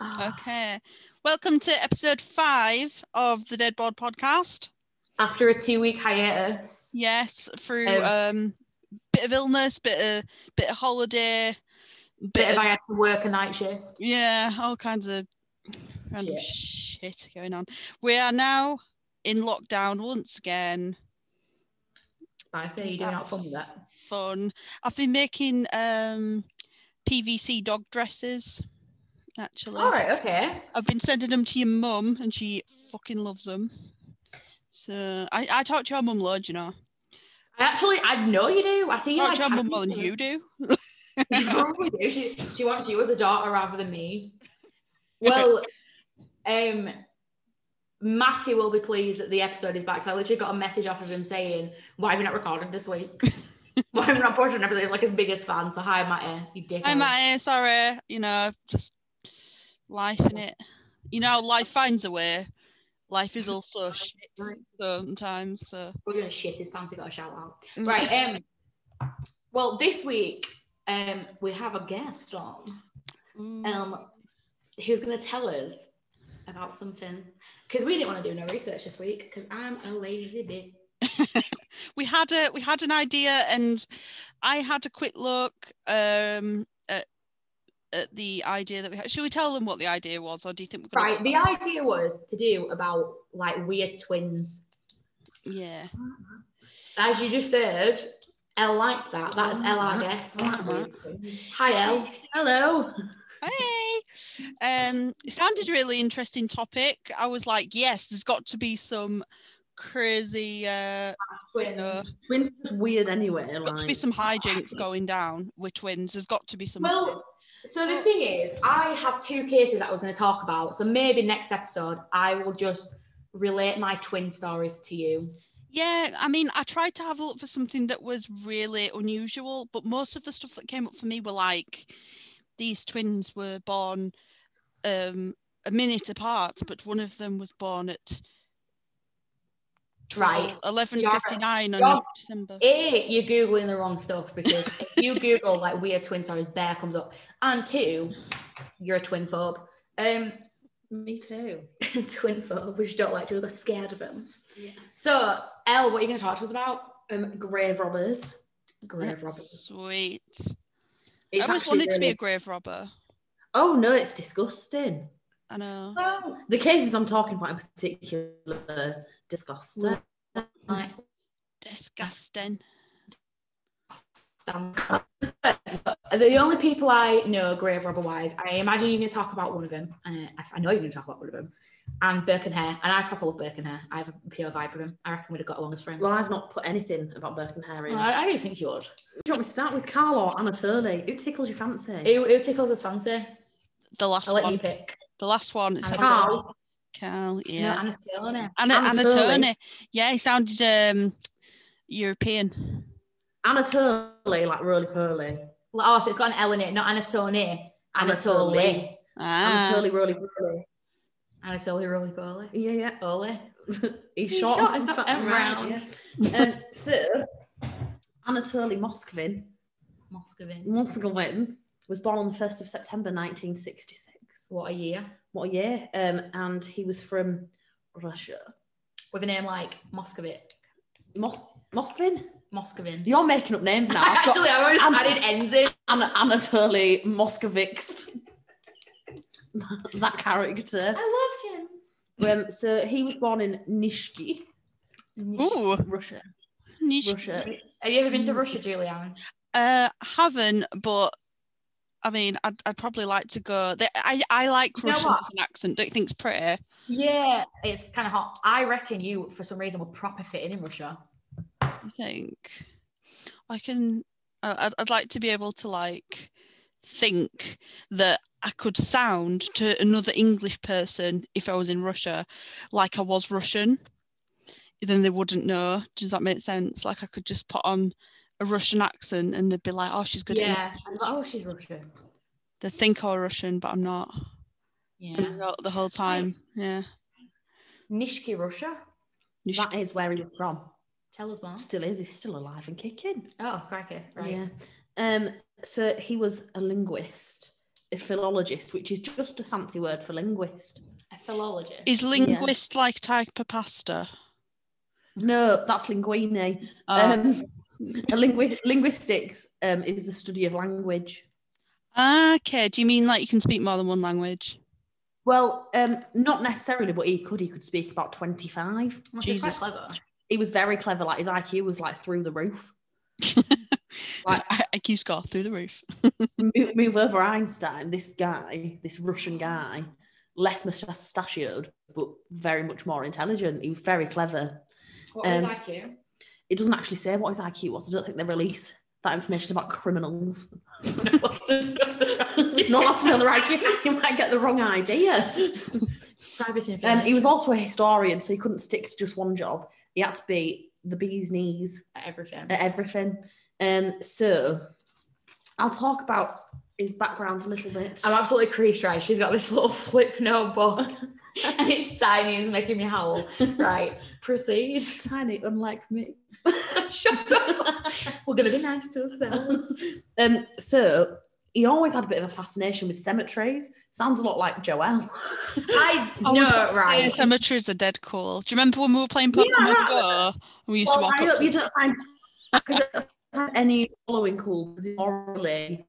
Ah. to episode five of the Dead Board podcast. after a two week hiatus. Yes, through um, Um, bit of illness, bit of bit of holiday, bit, Bit of, if I had to work a night shift. yeah, all kinds of random Yeah. shit going on. We are now in lockdown once again. I say you do not That's- fun with that. Fun. I've been making um, PVC dog dresses. Actually, All right, okay. I've been sending them to your mum, and she fucking loves them. So I, I talk to your mum loads, you know. I actually, I know you do. I see you. I like, talk to your mum tagging more than her. you do. You probably do. She, she wants you as a daughter rather than me. Well, um, Matty will be pleased that the episode is back. 'cause I literally got a message off of him saying, "Why have you not recorded this week? Why have you not posted an episode?" He's like his biggest fan. So hi, Matty. You dick. I'm at it, sorry, you know, just life in it. You know, life finds a way. Life is also shit sometimes. So We're gonna shit his pants. He got a shout out. Right. Um. Well, this week, um, we have a guest on. Ooh. Mm. um, who's going to tell us about something because we didn't want to do no research this week because I'm a lazy bitch. we had a we had an idea, and I had a quick look um, at at the idea that we had. Should we tell them what the idea was, or do you think we're gonna? Right, the idea was to do about like weird twins. Yeah. As you just heard, L like that. That's L, Mm-hmm. I guess. Hi, L. Hello. Hey. Um, it sounded really interesting topic. I was like, yes, there's got to be some crazy uh Twins. No. Twins are just weird anyway. Like, There's got to be some hijinks going down with twins. There's got to be some. Well, so the thing is, I have two cases that I was going to talk about. So maybe next episode, I will just relate my twin stories to you. yeah, I mean, I tried to have a look for something that was really unusual, but most of the stuff that came up for me were like these twins were born um, a minute apart, but one of them was born at 12, Right. 11.59 on You're- December. A, you're googling the wrong stuff because if you Google like weird twin stories, bear comes up, and two, you're a twin phobe. Um, Me too. twin phobe, which don't like to look scared of them. So, Elle, what are you going to talk to us about? Um, grave robbers. Grave robbers. Sweet. It's I always actually wanted to be really- a grave robber. Oh no, it's disgusting. I know. Well, The cases I'm talking about in particular disgusting. like, Disgusting. sounds- So, the only people I know grave robber wise, I imagine you're going to talk about one of them. Uh, I, I know you're going to talk about one of them. And Birkenhair, and I proper love Birkenhair. I have a pure vibe with him. I reckon we'd have got along as friends. Well, I've not put anything about Burke and Harry. Well, I, I don't think you would. Do you want me to start with Carl or Anna Turley? Who tickles your fancy? Who, who tickles his fancy? The last I'll let you one. pick. The last one. It's Anna like- Turley. Cal, No, yeah. Anna Turner. Anna, Anna Anna Turley. Turney. Yeah, he sounded um, European. Anna Turley, like roly poly. Well, Oh, so it's got an L in it, not Anatone. Anatole. Anatole. Ah, Anna Turley, roly poly. Anatole Roly Poly. Yeah, yeah. Ole. He's He's short. short, and it's not fat and round. round. yeah. um, so, Anatoly Moskvin Moscovin. Montgomery was born on the 1st of September 1966. What a year. What a year. Um, and he was from Russia. With a name like Moscovit. Mos- Moskvin? Moscovin. You're making up names now. I've got Actually, I always Anna- added ends in. An- Anatoly Moskovics. that character. I love him. Um, so he was born in Nishki, Um, ooh, Russia. niche. Russia. Have you ever been to Russia, Julianne? Uh, haven't, but I mean, I'd, I'd probably like to go. They, I I like You know Russian what? as an accent. Don't you think it's pretty. Yeah, it's kind of hot. I reckon you, for some reason, were proper fitting in Russia. I think I can. I- I'd, I'd like to be able to like think that I could sound to another English person if I was in Russia like I was Russian. Then they wouldn't know. Does that make sense? Like I could just put on a Russian accent and they'd be like, "Oh, she's good at yeah. English." And like, oh, she's Russian. They think I'm Russian, but I'm not. Yeah. And the, the whole time, yeah. Nishki, Russia. You That is where he was from. Tell us more. Still is. He's still alive and kicking. Oh, crikey. Right. Yeah. Um, so he was a linguist, a philologist, which is just a fancy word for linguist. A philologist. Is linguist like type of pasta? No, that's linguine. Oh. Um, a lingui- linguistics um, is the study of language. okay. Do you mean like you can speak more than one language? Well, um, not necessarily, but he could. He could speak about 25. Must be quite Jesus. clever. He was very clever. Like his IQ was like through the roof. I Like- IQ score through the roof. move, move over Einstein, this guy, this Russian guy, less mustachioed, but very much more intelligent. He was very clever. What was Um, IQ? It doesn't actually say what his IQ was. I don't think they release that information about criminals. Not allowed to know their IQ. You might get the wrong idea. Private Um, information. he was also a historian, so he couldn't stick to just one job. He had to be the bee's knees Everything. at everything. Um, so I'll talk about his background a little bit. I'm absolutely creased, right? She's got this little flip notebook and it's tiny, it's making me howl. Right, proceed. tiny, unlike me. Shut up. We're going to be nice to ourselves. Um, so he always had a bit of a fascination with cemeteries. Sounds a lot like Joelle. I I know, was gonna say right? cemeteries are dead cool. Do you remember when we were playing Pokemon Yeah. Go? and We used Well, to walk I up. hope To, you don't find, I don't find any following cool because it's morally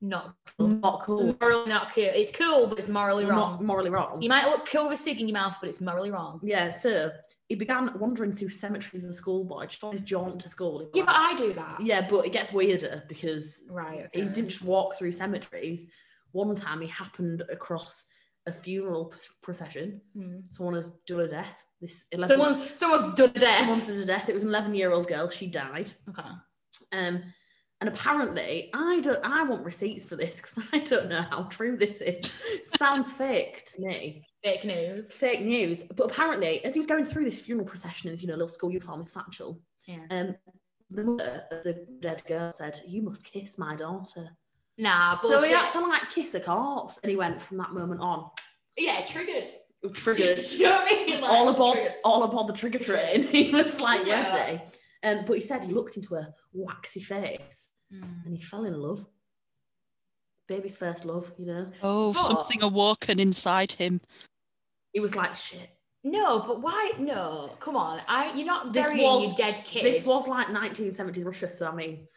Not cool. not cool, It's morally not cute. It's cool, but it's morally not wrong. morally wrong. You might look cool with cig in your mouth, but it's morally wrong. Yeah, so he began wandering through cemeteries as a schoolboy, just on his jaunt to school. Yeah, but I do that. yeah, but it gets weirder because Right. he okay. didn't just walk through cemeteries. One time he happened across a funeral p- procession. Hmm. Someone has done a death. This 11 Someone's someone's done someone death. did a death. It was an eleven-year-old girl. She died. Okay. Um, and apparently, I don't. I want receipts for this because I don't know how true this is. Sounds fake to me. Fake news. Fake news. But apparently, as he was going through this funeral procession, in his, you know, little school uniform, his satchel. Yeah. Um, the mother of the dead girl said, "You must kiss my daughter." Nah, So he bullshit. had to like kiss a corpse, and he went from that moment on yeah, triggered. triggered. you know what I mean? Like, all aboard triggered. all aboard the trigger train. he was like Yeah. ready. Um, but he said he looked into her waxy face Mm. and he fell in love. Baby's first love, you know. oh, something awoken inside him. He was like, shit. No, but why? No, come on. I you're not This burying was- your dead kid. This was like 1970s Russia, so I mean,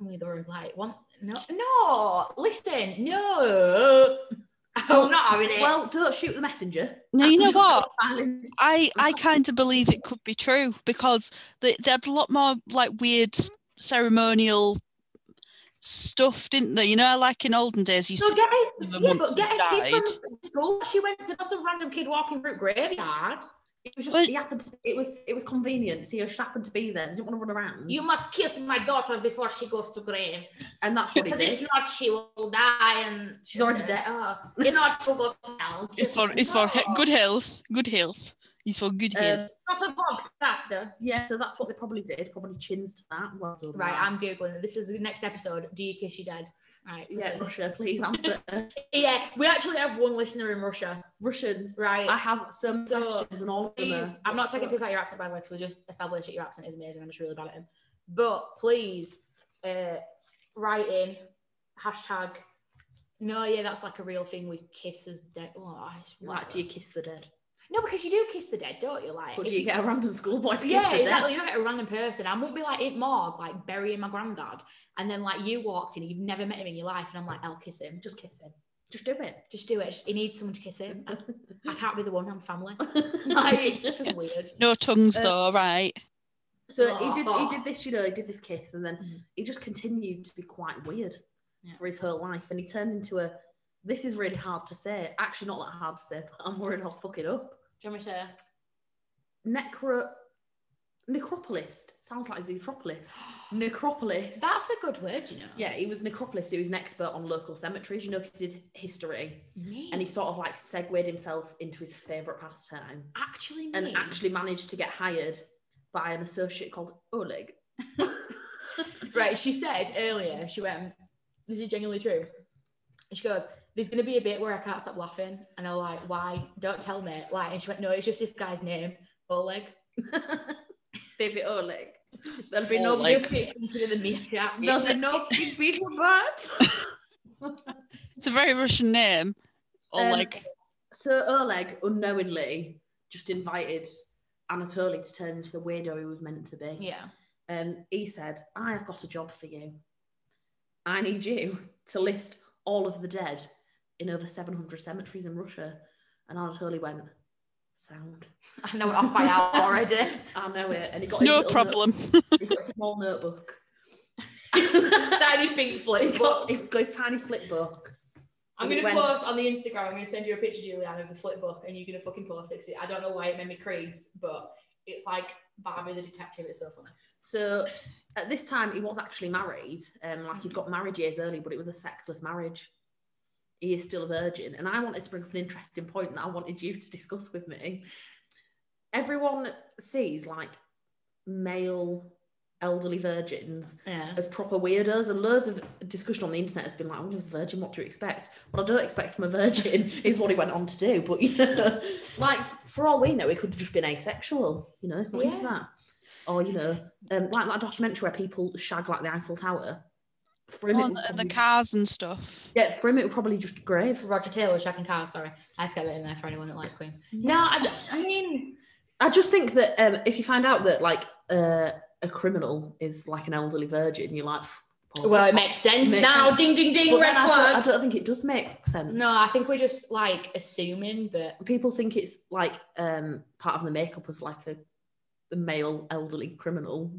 We were like, one, no, no. Listen, no. I'm not having it. well, don't shoot the messenger. Now you know Just what? go silent. I I kind of believe it could be true because they, they had a lot more like weird ceremonial stuff, didn't they? You know, like in olden days, you used so to get a, them yeah, once but they get a kid from school. She went to some random kid walking through a graveyard. It was just Well- he happened to, it was it was convenient. So he just happened to be there. They didn't want to run around. You must kiss my daughter before she goes to grave, and that's what he because if did. Um, not, she will die and She's already dead. Oh, if not, she'll go to hell. it's for it's for he- No. good health, good health. It's for good Um, health. Not a month after. yeah, so that's what they probably did. Probably chins to that. Well done, Right, lad. I'm googling. it. This is the next episode. Do you kiss your dad? Right. yeah, listen. Russia, please answer. Yeah. We actually have one listener in Russia. Russians. Right. I have some So, questions and all of them. please. are- I'm not taking a piss out your accent by the way, because we just established that your accent is amazing. I'm just really bad at him. But please, uh, write in hashtag. No, yeah, that's like a real thing. We kiss as dead. Oh, I just- Like, do you kiss the dead? No, because you do kiss the dead, don't you? Like, Or if do you get a random schoolboy to kiss yeah, the exactly. dead? You don't get a random person. I wouldn't be like it morgue, like burying my granddad, and then like you walked in, you've never met him in your life, and I'm like, I'll kiss him. Just kiss him. Just do it. Just do it. Just, he needs someone to kiss him. I, I can't be the one. I'm family. Like, this is weird. No tongues uh, though, right? so he did. He did this. You know, he did this kiss, and then he just continued to be quite weird Mm. Yeah. for his whole life, and he turned into a. This is really hard to say. Actually, not that hard to say. But I'm worried I'll fuck it up. Do you want me to? Necro. Necropolist sounds like zootropolis. Necropolis. That's a good word, you know. yeah. He was necropolis. He was an expert on local cemeteries. You know, 'cause he did history. Me. and he sort of like segued himself into his favorite pastime actually me. and actually managed to get hired by an associate called Oleg. Right, she said earlier, she went, This is genuinely true. And she goes, There's gonna be a bit where I can't stop laughing. And I'm like, Why? Don't tell me. Like, and she went, No, it's just this guy's name, Oleg. Baby Oleg. There'll be no Oleg. Oleg. Just be thinking of the meat, yeah. There'll be no big beetle bird. It's a very Russian name. Or Um, like Sir Oleg unknowingly just invited Anatoly to turn into the weirdo he was meant to be. Yeah. Um, he said, I have got a job for you. I need you to list all of the dead in over 700 cemeteries in Russia. And Anatoly went, Sound. I know it off by hour already. I know oh, it. And he got his No little problem. note- he got a small notebook. Tiny pink he, flip. got, he got his tiny flip book. I'm We gonna went- post on the Instagram. I'm gonna send you a picture, Juliana, of the flip book, and you're gonna fucking post it. 'cause I don't know why it made me crease, but it's like Barbie the detective. It's so funny. So at this time, he was actually married. Um, like he'd got married years early, but it was a sexless marriage. He is still a virgin. And I wanted to bring up an interesting point that I wanted you to discuss with me. Everyone sees like male elderly virgins Yeah. as proper weirdos, and loads of discussion on the internet has been like, "Well, he's a virgin. What do you expect?" What I don't expect from a virgin is what he went on to do. But you know, like for all we know, he could have just been asexual. You know, it's not into Yeah. that. Or you know, um, like that documentary where people shag like the Eiffel Tower. For him, it Oh, would and the, and the probably- cars and stuff. yeah, for him it would probably just graves. Roger Taylor, Shaq and Carl. Sorry, I had to get that in there for anyone that likes Queen. No, I, d- I mean, I just think that um, if you find out that like uh, a criminal is like an elderly virgin, you're like, "Poor well, it thing." makes sense Makes now. sense. Ding, ding, ding, But red then I don't, I flag. don't think it does make sense. No, I think we're just like assuming, but people think it's like um part of the makeup of like a the male elderly criminal.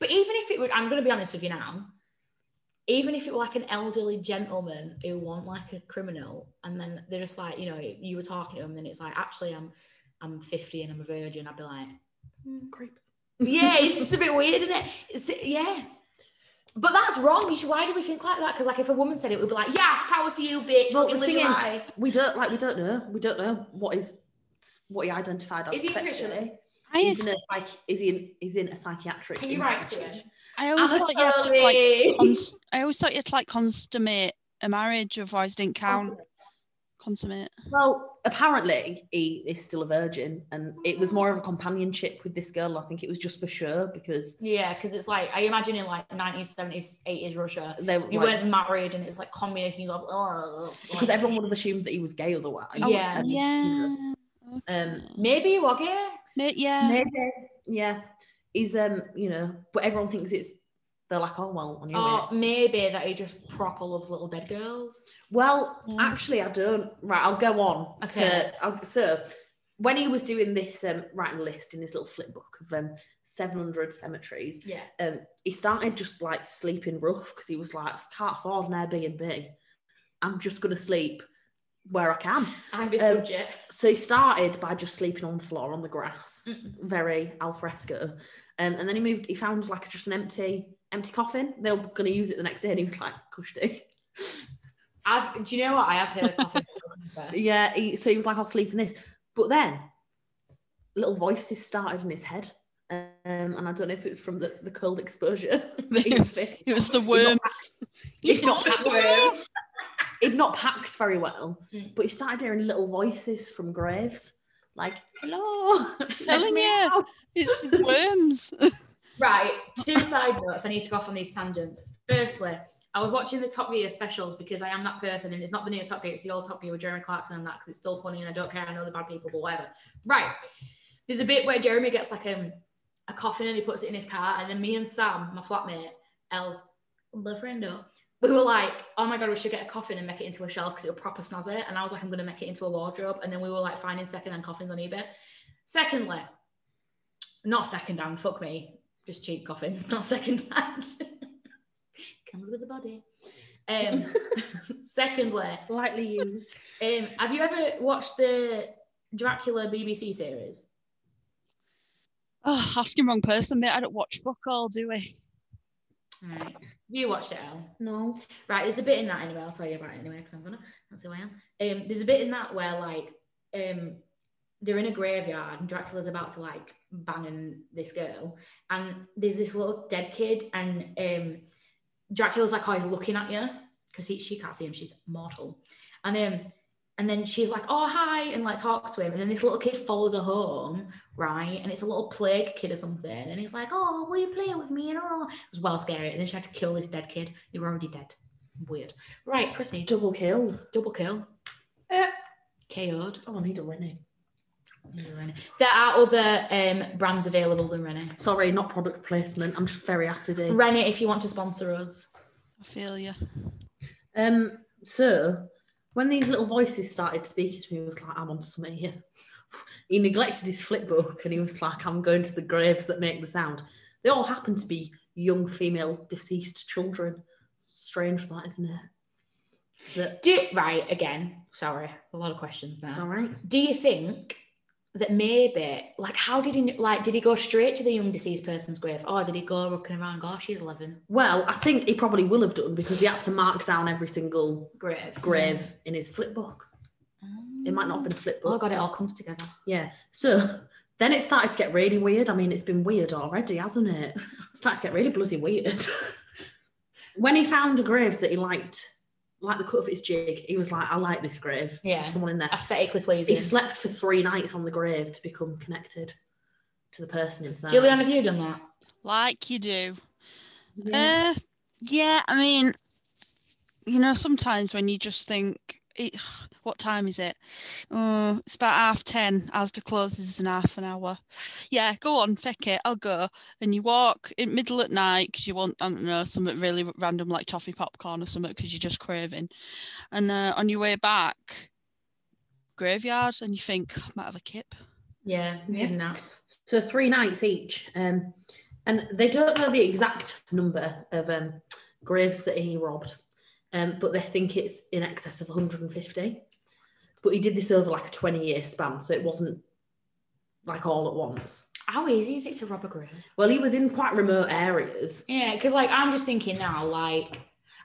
but even if it would, I'm gonna be honest with you now. Even if it were like an elderly gentleman who want like a criminal, and then they're just like, you know, you were talking to him, and it's like, actually, I'm, I'm 50 and I'm a virgin. I'd be like, Creep. yeah, it's just a bit weird, isn't it? It's, yeah. But that's wrong. You should, why do we think like that? Because like if a woman said it, we'd be like, yes, power to you, bitch. Well, fucking live the thing your is- life." We don't like we don't know. We don't know what is what he identified as Is he a Christian? sexually. I, He's in a psych, is he in is in a psychiatric Can you write to institution. I always thought you had to like. Anatoly. Cons- I always thought you had to like consummate a marriage, otherwise it didn't count. Consummate. Well, apparently he is still a virgin and it was more of a companionship with this girl. I think it was just for sure because Yeah, because it's like I imagine in like 1970s, 80s Russia, they you like- weren't married, and it's like communist, and you go oh, because everyone would have assumed that he was gay otherwise. Yeah. And, you know, Oh, Yeah. Um, Okay. maybe you are gay. Ma- yeah. Maybe. Yeah. He's um, you know, but everyone thinks it's they're like, oh well, on your or maybe that he just proper loves little dead girls. Well, Yeah. actually, I don't. Right, I'll go on. Okay. To, I'll, so, when he was doing this um, writing list in his little flip book of um, 700 cemeteries, Yeah, um, he started just like sleeping rough because he was like, I can't afford an Airbnb. I'm just going to sleep where I can. I'm his Um, budget. So he started by just sleeping on the floor on the grass, Mm. very al fresco, um, and then he moved. He found like just an empty, empty coffin. They were going to use it the next day, and he was like, "Cushty." I've, do you know what I have heard? coffee before. Yeah. He, so he was like, "I'll sleep in this," but then little voices started in his head, um, and I don't know if it was from the, the cold exposure that he was facing. It was the worms. It's not the that worm. worm. He'd not packed very well, Mm. but he started hearing little voices from graves, like "Hello, let Telling me you. out." It's worms. Right, two side notes. I need to go off on these tangents. Firstly, I was watching the Top Gear specials because I am that person, and it's not the new Top Gear, it's the old Top Gear with Jeremy Clarkson and that because it's still funny and I don't care. I know the bad people, but whatever. Right, there's a bit where Jeremy gets like um, a coffin and he puts it in his car, and then me and Sam, my flatmate, Els, love friendo. We were like, oh my god, we should get a coffin and make it into a shelf because it'll proper snazz it. And I was like, I'm gonna make it into a wardrobe. And then we were like finding secondhand coffins on eBay. Secondly, not secondhand, fuck me, just cheap coffins, not secondhand. Comes with the body. Um, secondly, lightly used. um, have you ever watched the Dracula BBC series? Oh, asking wrong person, mate. I don't watch fuck all, do we? Right. Have you watched it, Elle? No. Right, there's a bit in that anyway. I'll tell you about it anyway because I'm gonna. That's who I am. Um, there's a bit in that where like um, they're in a graveyard and Dracula's about to like bang on this girl, and there's this little dead kid, and um, Dracula's like always looking at you because she can't see him. She's mortal, and um, and then she's like, oh hi, and like talks to him, and then this little kid follows her home, right? And it's a little plague kid or something, and he's like, oh, will you play with me? And all it was well scary. And then she had to kill this dead kid. They were already dead. Weird. Right, proceed. Double kill. Double kill. Eh. KO'd. Oh, I need a Rennie. There are other um, brands available than Rennie. Sorry, not product placement. I'm just very acidy. Rennie, if you want to sponsor us. I feel you. Um, so when these little voices started speaking to me, he was like, I'm on something here. He neglected his flip book and he was like, I'm going to the graves that make the sound. They all happen to be young female deceased children. Strange that, isn't it? That Do right again. Sorry, a lot of questions now. it's all right. Do you think that maybe, like, how did he like? Did he go straight to the young deceased person's grave, or did he go looking around? Gosh, she's eleven. Well, I think he probably will have done because he had to mark down every single Grave. grave in his flip book. It might not have been a flip book. Oh god, it all comes together. Yeah. So then it started to get really weird. I mean, it's been weird already, hasn't it? It started to get really bloody weird. when he found a grave that he liked, like the cut of its jig, he was like, I like this grave. Yeah. There's someone in there. Aesthetically He pleasing. slept for three nights on the grave to become connected to the person inside. Julian, have you done that? Like you do. Uh, yeah, I mean, you know, sometimes when you just think, it, what time is it? Uh, it's about half ten. Asda closes in half an hour. Yeah, go on, feck it, I'll go. And you walk in middle at night because you want, I don't know, something really random like toffee popcorn or something because you're just craving. And uh, on your way back, graveyard, and you think, I might have a kip. Yeah, Yeah. yeah. that. So three nights each. Um, and they don't know the exact number of um, graves that he robbed, um, but they think it's in excess of 150. But he did this over like a 20 year span, so it wasn't like all at once. How easy is it to rob a grave? Well, he was in quite remote areas. Yeah, because like I'm just thinking now, like,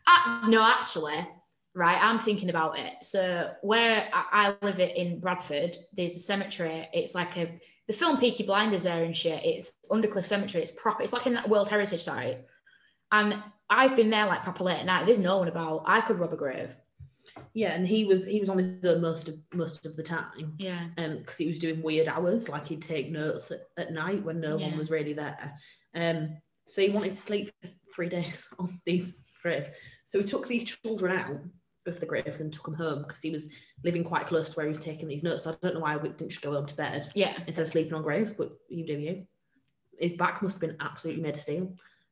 ah, no, actually, right, I'm thinking about it. So where I, I live i- in Bradford, there's a cemetery. It's like a the film Peaky Blinders there and shit. It's Undercliff Cemetery. It's proper. It's like in that World Heritage Site, and I've been there like proper late at night. There's no one about. I could rob a grave. Yeah, and he was he was on his own most of most of the time. Yeah. um because he was doing weird hours like he'd take notes at, at night when no Yeah. one was really there um so he wanted to sleep for three days on these graves so he took these children out of the graves and took them home because he was living quite close to where he was taking these notes so i don't know why we didn't just go home to bed Yeah. instead of sleeping on graves but you do you his back must have been absolutely made of steel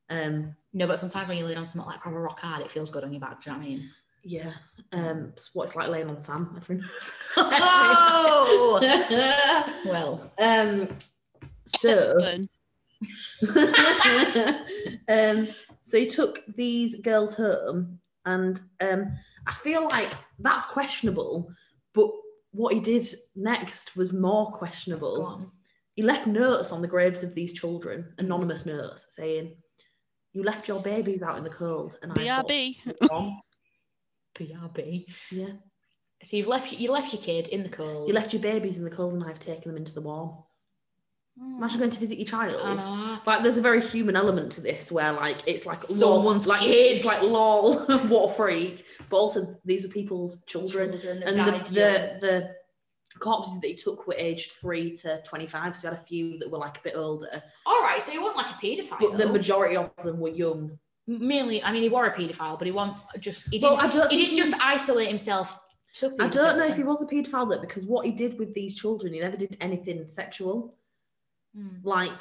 um No, but sometimes when you lay on something like proper rock hard, it feels good on your back. Do you know what I mean? yeah um it's what it's like laying on sam every Oh. well. um so Burn. um, so he took these girls home, and um, I feel like that's questionable. But what he did next was more Go questionable. on. He left notes on the graves of these children, anonymous notes saying, "You left your babies out in the cold, and I." got BRB. one." BRB. Yeah, So you've left you left your kid in the cold. you left your babies in the cold, and I've taken them into the warm. Imagine going to visit your child. Anna. like there's a very human element to this where like it's like lol- Someone's like kid. it's like lol what a freak but also these were people's children and the the, the corpses that he took were aged 3 to 25 so he had a few that were like a bit older all right, so he wasn't like a paedophile. but the majority of them were young mainly, I mean, he were a paedophile, but he wasn't just. He Well, didn't. I don't he think didn't he- just isolate himself. To I don't know if he paedophilia. was a paedophile though because what he did with these children he never did anything sexual Hmm. like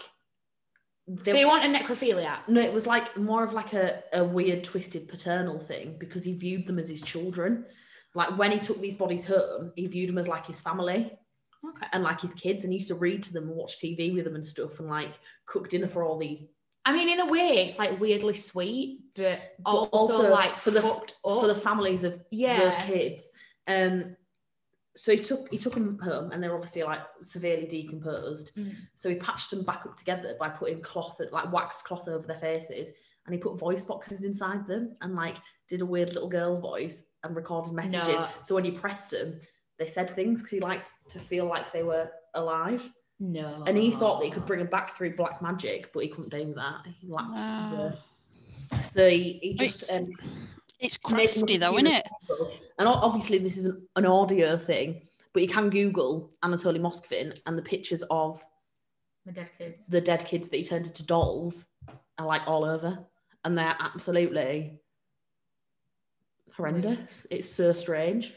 So they- he wasn't a necrophiliac. no, it was like more of like a, a weird twisted paternal thing because he viewed them as his children. Like when he took these bodies home, he viewed them as like his family Okay. and like his kids and he used to read to them and watch TV with them and stuff and like cook dinner for all these. I mean, in a way, it's like weirdly sweet, but, But also, like for the fucked up. for the families of those yeah. kids. Um so he took he took them home and they're obviously like severely decomposed. Mm. So he patched them back up together by putting cloth like wax cloth over their faces and he put voice boxes inside them and like did a weird little girl voice and recorded messages. No. So when you pressed them, they said things because he liked to feel like they were alive. No. And he thought that he could bring them back through black magic, but he couldn't do that. He lacked Wow. the, so he, he just It's- um, It's made them crafty though, appear isn't it? and o- obviously this is an, an audio thing, but you can Google Anatoly Moskvin and the pictures of My dead kids. the dead kids that he turned into dolls are like all over, and they're absolutely horrendous. It's so strange.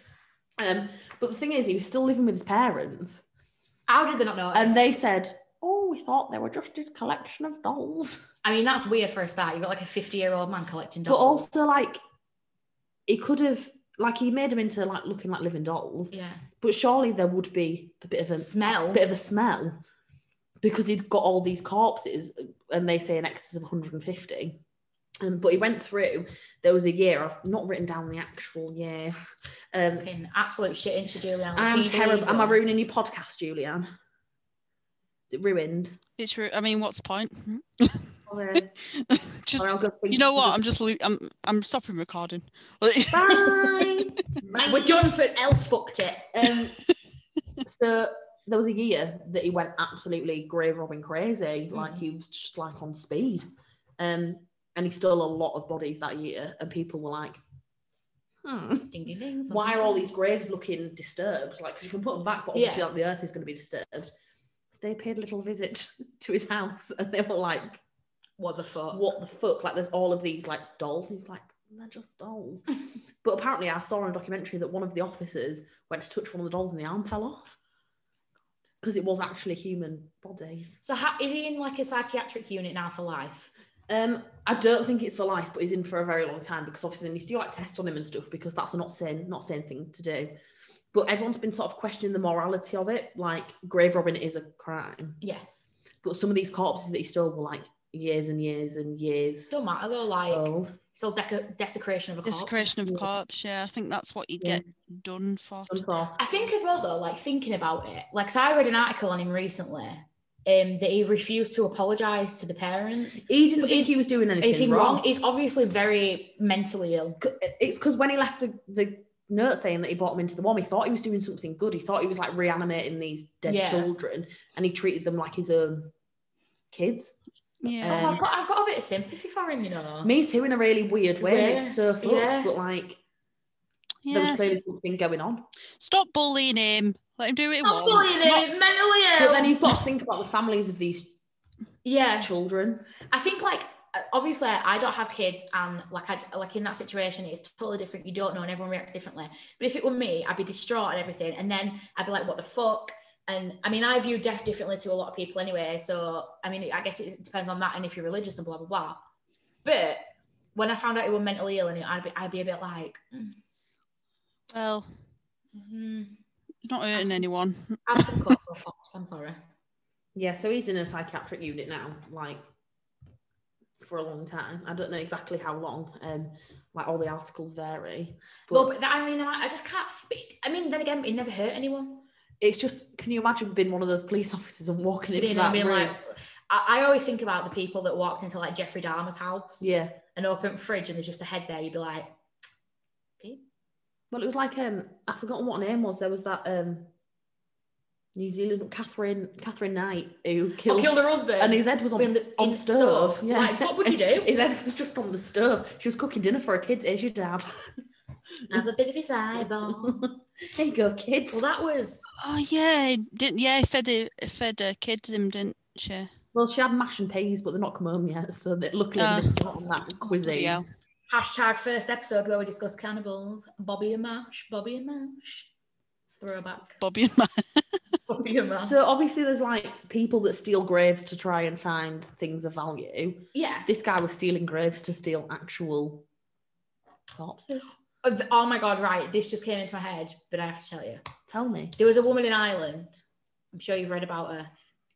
Um, but the thing is, he was still living with his parents, How did they not know? and they said, "Oh, we thought they were just his collection of dolls." I mean, that's weird for a start. You've got like a 50 year old man collecting But dolls. also, like, he could have, like, he made them into like looking like living dolls. yeah. But surely there would be a bit of a Smell. bit of a smell because he'd got all these corpses and they say an excess of 150 um, but he went through there was a year i've not written down the actual year um, Fucking absolute shit into Julianne. i'm PD terrible am i girls. ruining your podcast julianne Is it ruined It's re- I mean, what's the point? Or just I'll go think- you know what? I'm just lo- I'm I'm stopping recording. Like, bye Bye. We're done for else fucked it. Um, so there was a year that he went absolutely grave robbing crazy, like he was just like on speed. Um, and he stole a lot of bodies that year, and people were like, hmm, Ding ding ding. why are all these graves looking disturbed? Like, because you can put them back, but obviously, Yeah. like, the earth is going to be disturbed. So They paid a little visit to his house, and they were like, What the fuck? what the fuck? Like, there's all of these like dolls. And he's like, they're just dolls. but apparently, I saw in a documentary that one of the officers went to touch one of the dolls and the arm fell off because it was actually human bodies. So ha- is he in like a psychiatric unit now for life? Um, I don't think it's for life, but he's in for a very long time because obviously they need to do like tests on him and stuff because that's a not sane, not sane thing to do. But everyone's been sort of questioning the morality of it. Like grave robbing is a crime, Yes. but some of these corpses that he stole were like years and years and years Don't matter though. Like old. still deco- desecration of a corpse. Desecration of Yeah. corpse. Yeah, I think that's what you Yeah. get done for. Done for. I think as well though, like thinking about it, like so I read an article on him recently, um, that he refused to apologise to the parents. He didn't But think is- he was doing anything, Anything wrong. wrong? He's obviously very mentally ill. C- It's because when he left the, the note saying that he brought them into the warm, he thought he was doing something good. He thought he was like reanimating these dead Yeah. children and he treated them like his own kids. Yeah. Um, I've got I've got a bit of sympathy for him, you know. Me too, in a really weird way. and Yeah, It's so fucked, yeah. but like there was yeah. clearly something going on. Stop bullying him. Let him do what he Not wants. bullying him, Not- he's mentally ill. But then you've got to think about the families of these yeah, children. I think like uh, obviously I don't have kids and like I like in that situation it's totally different. You don't know and everyone reacts differently. But if it were me, I'd be distraught and everything, and then I'd be like, "What the fuck?" And I mean, I view death differently to a lot of people anyway. So I mean, I guess it depends on that and if you're religious and blah blah blah. But when I found out he was mentally ill, and I'd be I'd be a bit like, mm, Well, mm, you're not hurting anyone. "Have some cocoa pops." I'm sorry. Yeah, so he's in a psychiatric unit now, like for a long time. I don't know exactly how long. Um, like all the articles vary. But Well, but that, I mean, I, I just can't. But I mean, then again, it never hurt anyone. it's just can you imagine being one of those police officers and walking into being, that being room? like, I, I always think about the people that walked into like Jeffrey Dahmer's house yeah. and opened fridge and there's just a head there. You'd be like, Well, it was like um, I've forgotten what her name was. There was that um, New Zealand Catherine Catherine Knight who kill, killed, oh, kill her husband. and his head was on in the- on in stove. stove. Yeah. Like, what would you do? His head was just on the stove. She was cooking dinner for her kids. Here's your dad. Have a bit of his eyeball. there you go, kids. well, that was Oh yeah, he didn't yeah? he Fed he fed her kids him, didn't she? Well, she had mash and peas, but they're not come home yet, so that luckily Oh. Uh, missed out on that cuisine. Yeah. hashtag first episode where we discussed cannibals. Bobby and Mash. Bobby and Mash. Throwback. Bobby and Matt. Bobby and Mash. So obviously, there's like people that steal graves to try and find things of value. yeah. This guy was stealing graves to steal actual corpses. Oh, th- Oh my God, right. This just came into my head, but I have to tell you. Tell me. There was a woman in Ireland. I'm sure you've read about her.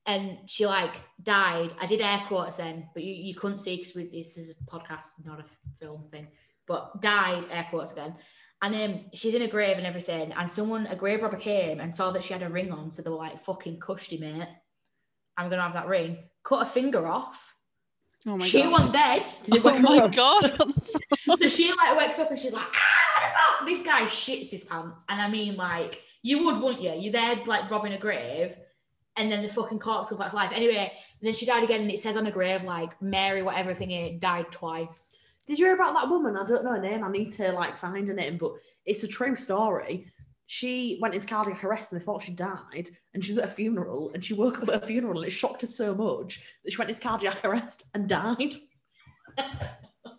And she like died. I did air quotes then, but you, you couldn't see because this is a podcast, not a film thing. But died air quotes again. And um, she's in a grave and everything. And someone, a grave robber came and saw that she had a ring on. So they were like, fucking cushy, mate. I'm going to have that ring. Cut her finger off. Oh my she god. wasn't dead. Oh my god. So she like wakes up and she's like, ah, what the fuck? This guy shits his pants. And I mean, like, you would, wouldn't you? You're there, like, robbing a grave, and then the fucking corpse comes back to life. Anyway, and then she died again, and it says on her grave, like, Mary, whatever thing it died twice. Did you hear about that woman? I don't know her name. I need to like find her name, but it's a true story. She went into cardiac arrest and they thought she died. And she was at a funeral and she woke up at a funeral and it shocked her so much that she went into cardiac arrest and died. at her,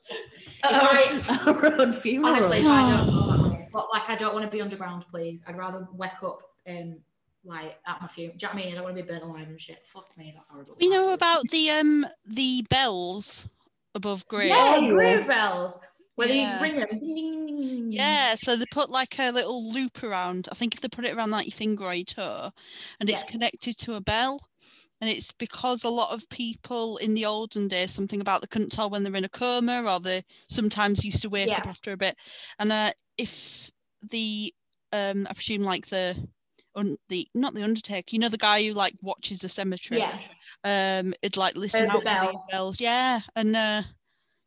I- at her own funeral. Honestly, if I don't know that one. But like, I don't want to be underground, please. I'd rather wake up um like at my funeral. Do you know what I mean? I don't want to be burnt alive and shit. Fuck me, that's horrible. We know about the um the bells above grave. yeah, grave bells. Whether Yeah. you ring them, ding, ding, ding, ding, ding. Yeah, so they put like a little loop around. I think if they put it around like your finger or your toe, and it's Yeah. connected to a bell. And it's because a lot of people in the olden days, something about they couldn't tell when they're in a coma, or they sometimes used to wake Yeah. up after a bit. And uh, if the, um, I presume like the, un- the not the undertaker, you know, the guy who like watches the cemetery. Yeah. Um, it'd like listen the out for these bell. bells. Yeah, and uh,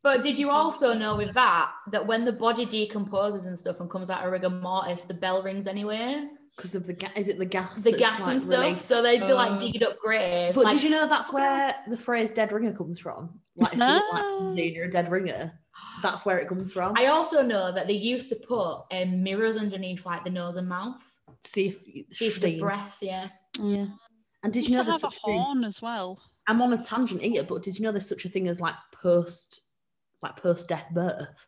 But did you also know with that that when the body decomposes and stuff and comes out of rigor mortis, the bell rings anyway? because of the gas. Is it the gas? The that's, gas like, and stuff. released? So they'd be Uh, like digging up graves. But like- did you know that's where the phrase "dead ringer" comes from? Like, if you look Ah. like Zane, you're a dead ringer. That's where it comes from. I also know that they used to put um, mirrors underneath like the nose and mouth. see if you- See if the Shane. breath, yeah. Yeah. And did used you know to there's have a such a thing? horn as well. I'm on a tangent here, but did you know there's such a thing as like post, like post death birth?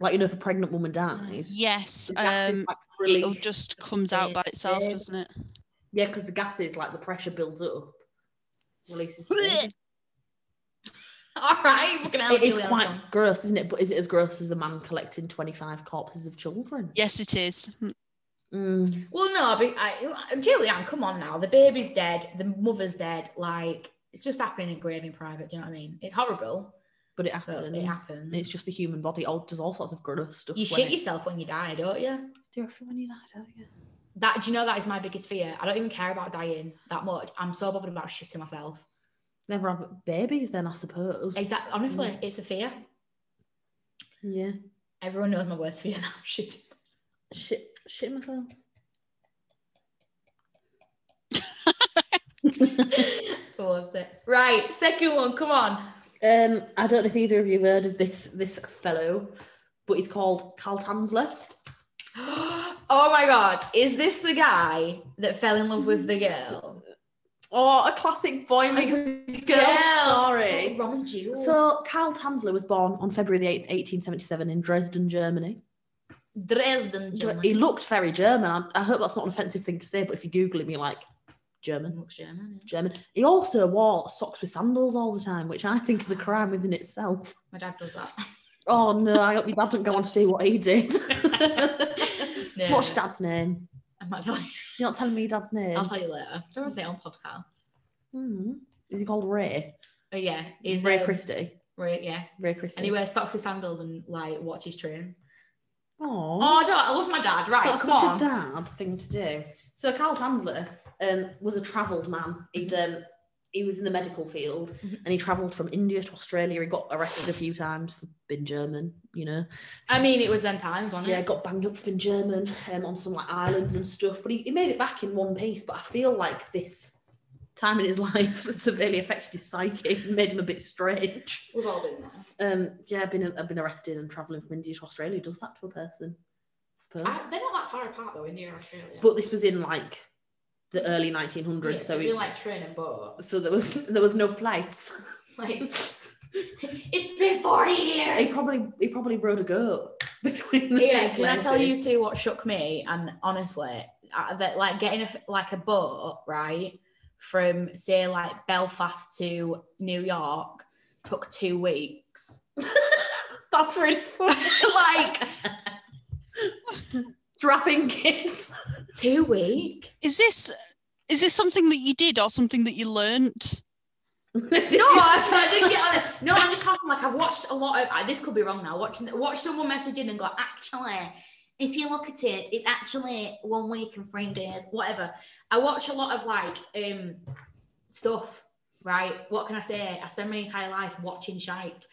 Like you know, if a pregnant woman dies, Yes, the gas is, um, like, it'll released. just comes out by itself, Yeah. doesn't it? yeah, because the gases like the pressure builds up, releases. The All right, fucking hell, it is Julian's quite gone. gross, isn't it? But is it as gross as a man collecting 25 corpses of children? Yes, it is. Mm, Mm. Well, no, but I, Julianne, come on now. The baby's dead. The mother's dead. Like it's just happening in grave in private. Do you know what I mean? It's horrible, But it but happens. it happens. It's just the human body. All does all sorts of gross stuff. you when shit it- yourself when you die, don't you? Do you feel when you die, don't you? That do you know that is my biggest fear. I don't even care about dying that much. I'm so bothered about shitting myself. Never have babies, then I suppose. Exactly. Honestly, Mm. it's a fear. Yeah. Everyone knows my worst fear now. Shitting. Shit, shit myself. What was it? Right, second one. Come on. Um, I don't know if either of you have heard of this this fellow, but he's called Carl Tanzler. oh my god, is this the guy that fell in love with the girl? Oh, a classic boy meets girl Oh, story. Ron and Jewel. So Carl Tanzler was born on February the 8th, 1877 in Dresden, Germany. Dresden. German. He looked very German. I, I hope that's not an offensive thing to say, but if you Google him, you're like, German. Looks German. yeah. German. He also wore socks with sandals all the time, which I think is a crime within itself. My dad does that. Oh no, I hope your dad doesn't go on to do what he did. No. What's your dad's name? I'm not telling you. You're not telling me your dad's name. I'll tell you later. I don't say it on podcast. Hmm. Is he called Ray? Oh yeah, he's Ray um, Christie. Ray, yeah, Ray Christie. and he wears socks with sandals and like watches trains. Aww. Oh, I, don't, I love my dad. Right, That's come such on. a dad thing to do. So Carl Tanzler um, was a travelled man. He'd um, he was in the medical field Mhm. and he travelled from India to Australia. He got arrested a few times for being German, you know. I mean, it was then times, wasn't Yeah, it? got banged up for being German um, on some like islands and stuff. But he, he made it back in one piece. But I feel like this time in his life severely affected his psyche, and made him a bit strange. We've all been there. Um, yeah, I've been I've been arrested and travelling from India to Australia. Does that to a person? I suppose. I, they're not that far apart though, India and Australia. but this was in like the early 1900s, yeah, so we it, like train and boat. so there was there was no flights. Like it's been forty years. he probably he probably rode a goat between the Yeah, two can I tell places. you too what shook me? And honestly, uh, that like getting a, like a boat right from say like Belfast to New York took two weeks. That's really funny. like Strapping kids. two week? Is this is this something that you did or something that you learnt? No, I, I didn't get on it. No, I'm just talking like I've watched a lot of. I, this could be wrong now. Watching watch someone message in and go actually. If you look at it, it's actually one week and three days, whatever. I watch a lot of like um stuff, right? What can I say? I spend my entire life watching shite.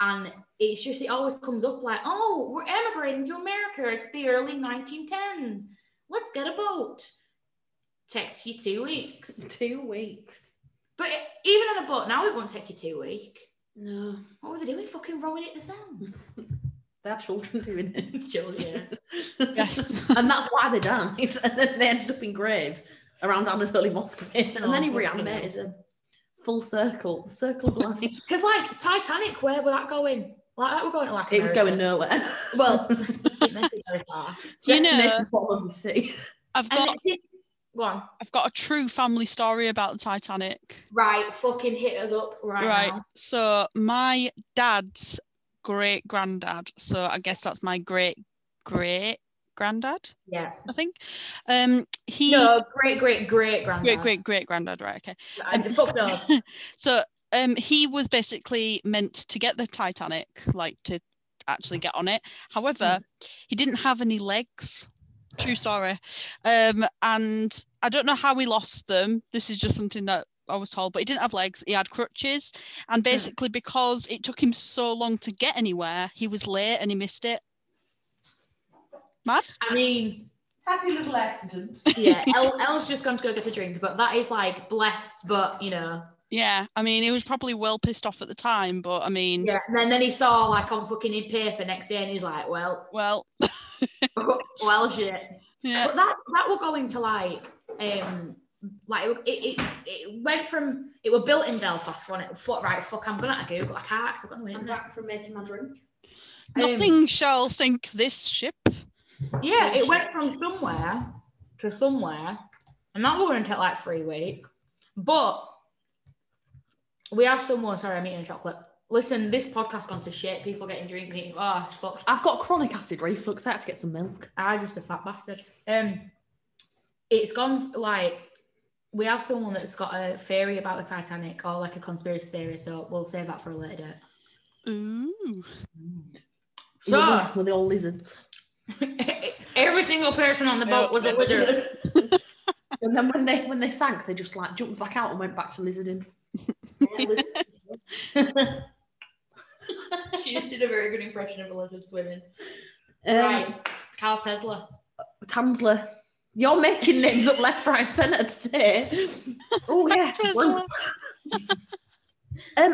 And it's just, it always comes up like, oh, we're emigrating to America. It's the early 1910s. Let's get a boat. Takes you two weeks. Two weeks. But it- even on a boat now, it won't take you two weeks. No, What were they doing? Fucking rowing it themselves. they're children doing it. It's children. Yes. and that's why they died. And then they ended up in graves around Anatoly Moskvin. And Oh, then he fucking reanimated him. Full circle, the circle of life. Because like Titanic, where will that go in? Like that, we're going to like. It was going nowhere. Well, it didn't make it very far. You know- Destination bottom of the sea. I've And got it did- go on. I've got a true family story about the Titanic. Right, fucking hit us up right, Right. now. So my dad's great granddad. So I guess that's my great great granddad. Yeah. I think. Um, he No, great, great, great granddad. great great great granddad. Right. Okay. I, fuck no. so um, he was basically meant to get the Titanic, like to actually get on it. However, Hmm. he didn't have any legs. True story. Um, and I don't know how he lost them. This is just something that I was told, but he didn't have legs. He had crutches. And Hmm. basically, because it took him so long to get anywhere, he was late and he missed it. Mad? I mean, Happy little accident. yeah, El, El's just gone to go get a drink, but that is like blessed, but you know. Yeah. I mean, he was probably well pissed off at the time, but I mean, Yeah. And then, then he saw like on fucking in paper next day and he's like, well, well, well, shit. yeah. But that, that were going to like, um, like it, it, it went from, it were built in Belfast, wasn't it? Fuck, right, fuck, I'm going to Google. I can't, 'cause I've got no I'm internet. back from making my drink. um, Nothing shall sink this ship. Yeah, it went from somewhere to somewhere, and that wouldn't take like three weeks. But we have someone. Sorry, I'm eating a chocolate. Listen, this podcast gone to shit. People getting drinking. Oh, it's fucked. I've got chronic acid reflux. I had to get some milk. I'm just a fat bastard. Um, it's gone like we have someone that's got a theory about the Titanic or like a conspiracy theory. So we'll save that for a later date. Ooh. Were So they- were they all lizards? every single person on the boat was a wizard. and then when they when they sank, they just like jumped back out and went back to lizarding. she just did a very good impression of a lizard swimming. Um, right, Carl Tesla. Tansler, you're making names up left, right, and centre today. Oh yeah. Tesla. um,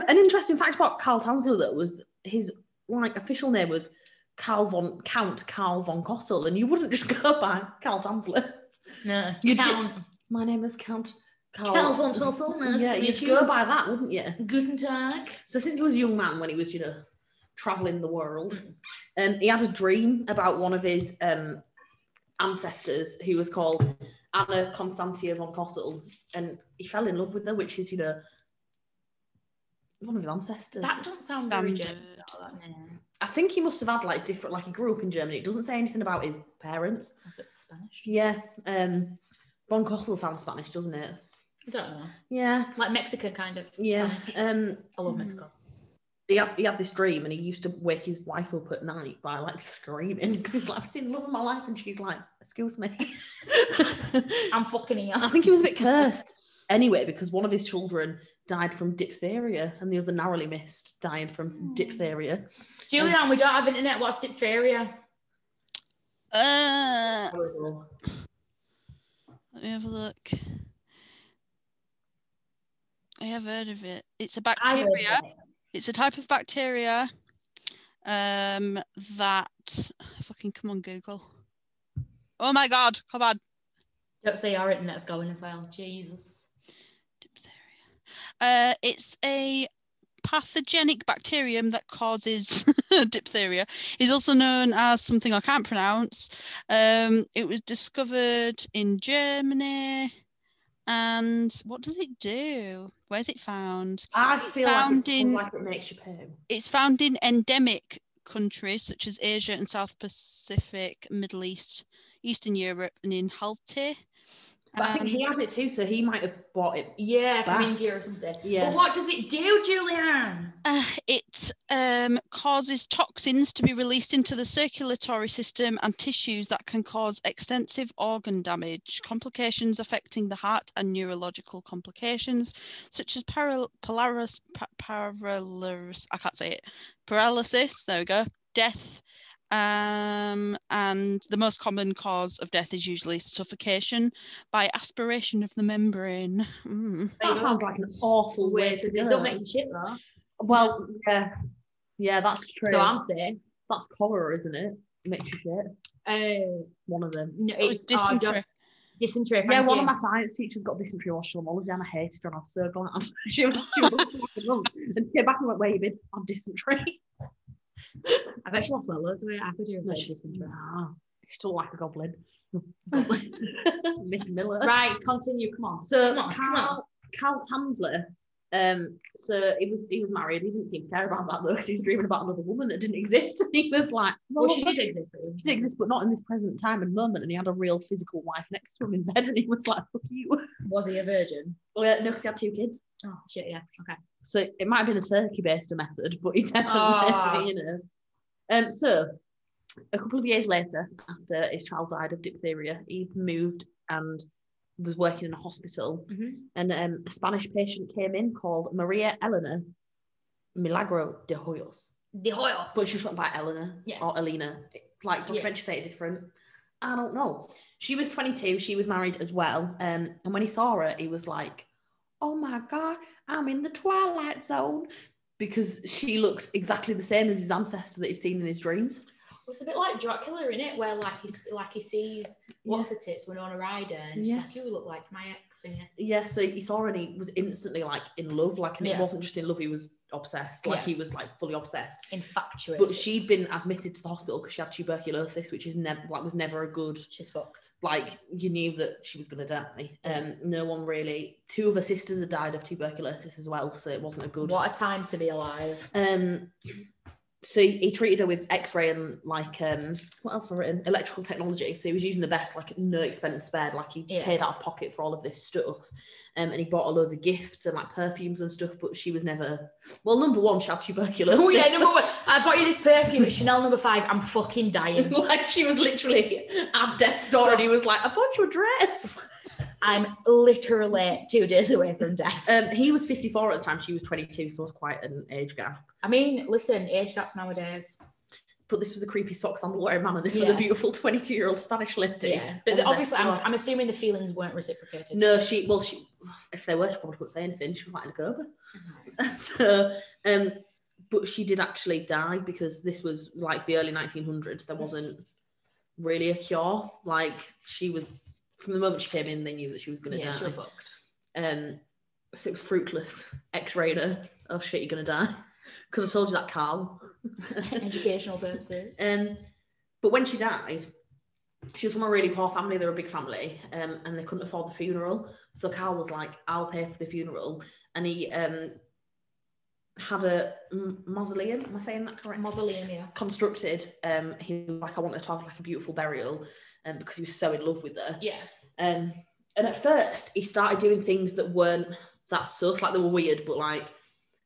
an interesting fact about Carl Tansler though was his like official name was Carl von Count Carl von Kossel, and you wouldn't just go by Carl Tansler. No, You Count. My name is Count Carl. Carl von Kossel, nice yeah, to you'd meet Oh. you. go by that, wouldn't you? Guten Tag. So since he was a young man when he was, you know, traveling the world, um, he had a dream about one of his um, ancestors who was called Anna Constantia von Kossel, and he fell in love with her, which is, you know, one of his ancestors. That doesn't sound very Standard. German. at all, that name. I think he must have had like different, like he grew up in Germany. It doesn't say anything about his parents. Sounds like Spanish. Yeah, um, von Kossel sounds Spanish, doesn't it? I don't know. Yeah, Like Mexico, kind of. yeah. Spanish. Um, I love Mexico. he had, he had this dream and he used to wake his wife up at night by like screaming because he's like, I've seen the love of my life. And she's like, Excuse me. I'm fucking here. I think he was a bit cursed anyway because one of his children died from diphtheria and the other narrowly missed dying from diphtheria. Julian, we don't have internet. What's diphtheria? Uh, let me have a look. I have heard of it. It's a I heard bacteria. of it. It's a type of bacteria um, that. Fucking come on, Google. Oh my God, how bad. Don't say our internet's going as well. Jesus. Diphtheria. Uh, it's a pathogenic bacterium that causes diphtheria. Is also known as something I can't pronounce. Um, it was discovered in Germany. And what does it do? Where's it found? I feel like, it's Found in- like it makes you poo. It's found in endemic countries such as Asia and South Pacific, Middle East, Eastern Europe, and in Haiti. But I think And- he has it too, so he might have bought it. Yeah, from Back. India or something. Yeah. But what does it do, Julian? Uh, it um, causes toxins to be released into the circulatory system and tissues that can cause extensive organ damage, complications affecting the heart, and neurological complications such as paral- polaris, pa- paralysis. I can't say it. Paralysis. There we go. Death. Um, and the most common cause of death is usually suffocation by aspiration of the membrane. Mm. That sounds like an awful way to It go. don't make you shit though. well, yeah. Yeah, that's true. So I'm saying. that's cholera, isn't it? Makes you shit. Uh, One of them. no, It was it's oh, dysentery. don't- dysentery. Yeah, thank one you. of my science teachers got dysentery or ophthalmology and I hated her and I was so glad. she was, she was and came back and went, where you been? I'm dysentery. I bet she lost well loads of weight. I could do a No, facial she's- syndrome. She's still like a goblin. Goblin. Miss Miller. Right, continue. Come on. So Come on, come on. Carl, Carl Tanzler, um, so he was he was married. He didn't seem to care about that though, because he was dreaming about another woman that didn't exist. And he was like, Well, she "Well, did exist. though, she did didn't exist, but not in this present time and moment. And he had a real physical wife next to him in bed, and he was like, "Fuck you." she? Was he a virgin? Well, no, because he had two kids, Oh shit, yeah. Okay. so it might have been a turkey-based method, but he definitely, Ah. you know. Um, so a couple of years later, after his child died of diphtheria, he moved and was working in a hospital and um, a Spanish patient came in called Maria Elena Milagro de Hoyos, The Hoyos. but she was went by Eleanor Yeah. or Elena. Like Yeah. documentary say it different. I don't know. She was 22. She was married as well. Um, and when he saw her, he was like, "Oh my god, I'm in the twilight zone," because she looked exactly the same as his ancestor that he'd seen in his dreams. it's a bit like Dracula in it, where like he like he sees what's her tits when on a rider, and she's Yeah. like, "You look like my ex finger." Yeah, so he saw her and he was instantly like in love. Like, and Yeah. it wasn't just in love; he was obsessed. Like Yeah. he was like fully obsessed. Infatuated. But she'd been admitted to the hospital because she had tuberculosis, which is never like was never a good she's fucked. like you knew that she was gonna die. Um, no one really. Two of her sisters had died of tuberculosis as well, so it wasn't a good. What a time to be alive. Um, so he, he treated her with X-ray and like um, what else were written? Electrical technology. So he was using the best, like no expense spared. Like he Yeah. paid out of pocket for all of this stuff, um, and he bought her loads of gifts and like perfumes and stuff. But she was never. Well, number one, she had tuberculosis. Oh yeah, number one. I bought you this perfume, it's Chanel number five. I'm fucking dying. like she was literally at death's door, and he was like, "I bought you a dress." I'm literally two days away from death. Um, he was 54 at the time; she was 22, so it was quite an age gap. I mean, listen, age gaps nowadays. But this was a creepy sock sandal wearing man, and this was Yeah. a beautiful 22 year old Spanish lady. Yeah, but On obviously, death's I'm, door. I'm assuming the feelings weren't reciprocated. no, she well, she if they were, she probably couldn't say anything. She was like in a coma. so, um, but she did actually die because this was like the early 1900s. There wasn't really a cure. Like she was from the moment she came in, they knew that she was going to yeah, die. she was fucked. um so it was fruitless x-rayed her oh shit you're gonna die because i told you that carl Educational purposes. um but when she died she was from a really poor family they were a big family um and they couldn't afford the funeral so carl was like i'll pay for the funeral and he um had a m- mausoleum am i saying that correct Mausoleum, yes. constructed um he was like i want her to have like a beautiful burial um, because he was so in love with her Yeah. um, and at first, he started doing things that weren't that sus, like they were weird, but like,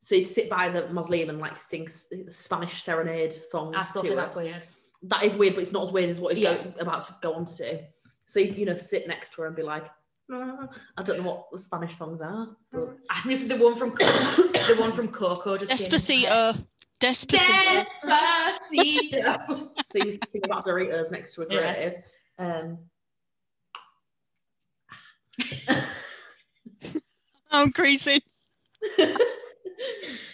so he'd sit by the mausoleum and like sing s- Spanish serenade songs. I still to think her. that's weird. That is weird, but it's not as weird as what he's Yeah. go- about to go on to do. So, he'd, you know, sit next to her and be like, "Ah." I don't know what the Spanish songs are, but I'm just the one from Coco, the one from Coco just came to mind. Despacito. Despacito. Despacito. so he was singing about Doritos next to a Yeah. grave. Um, I'm creasing.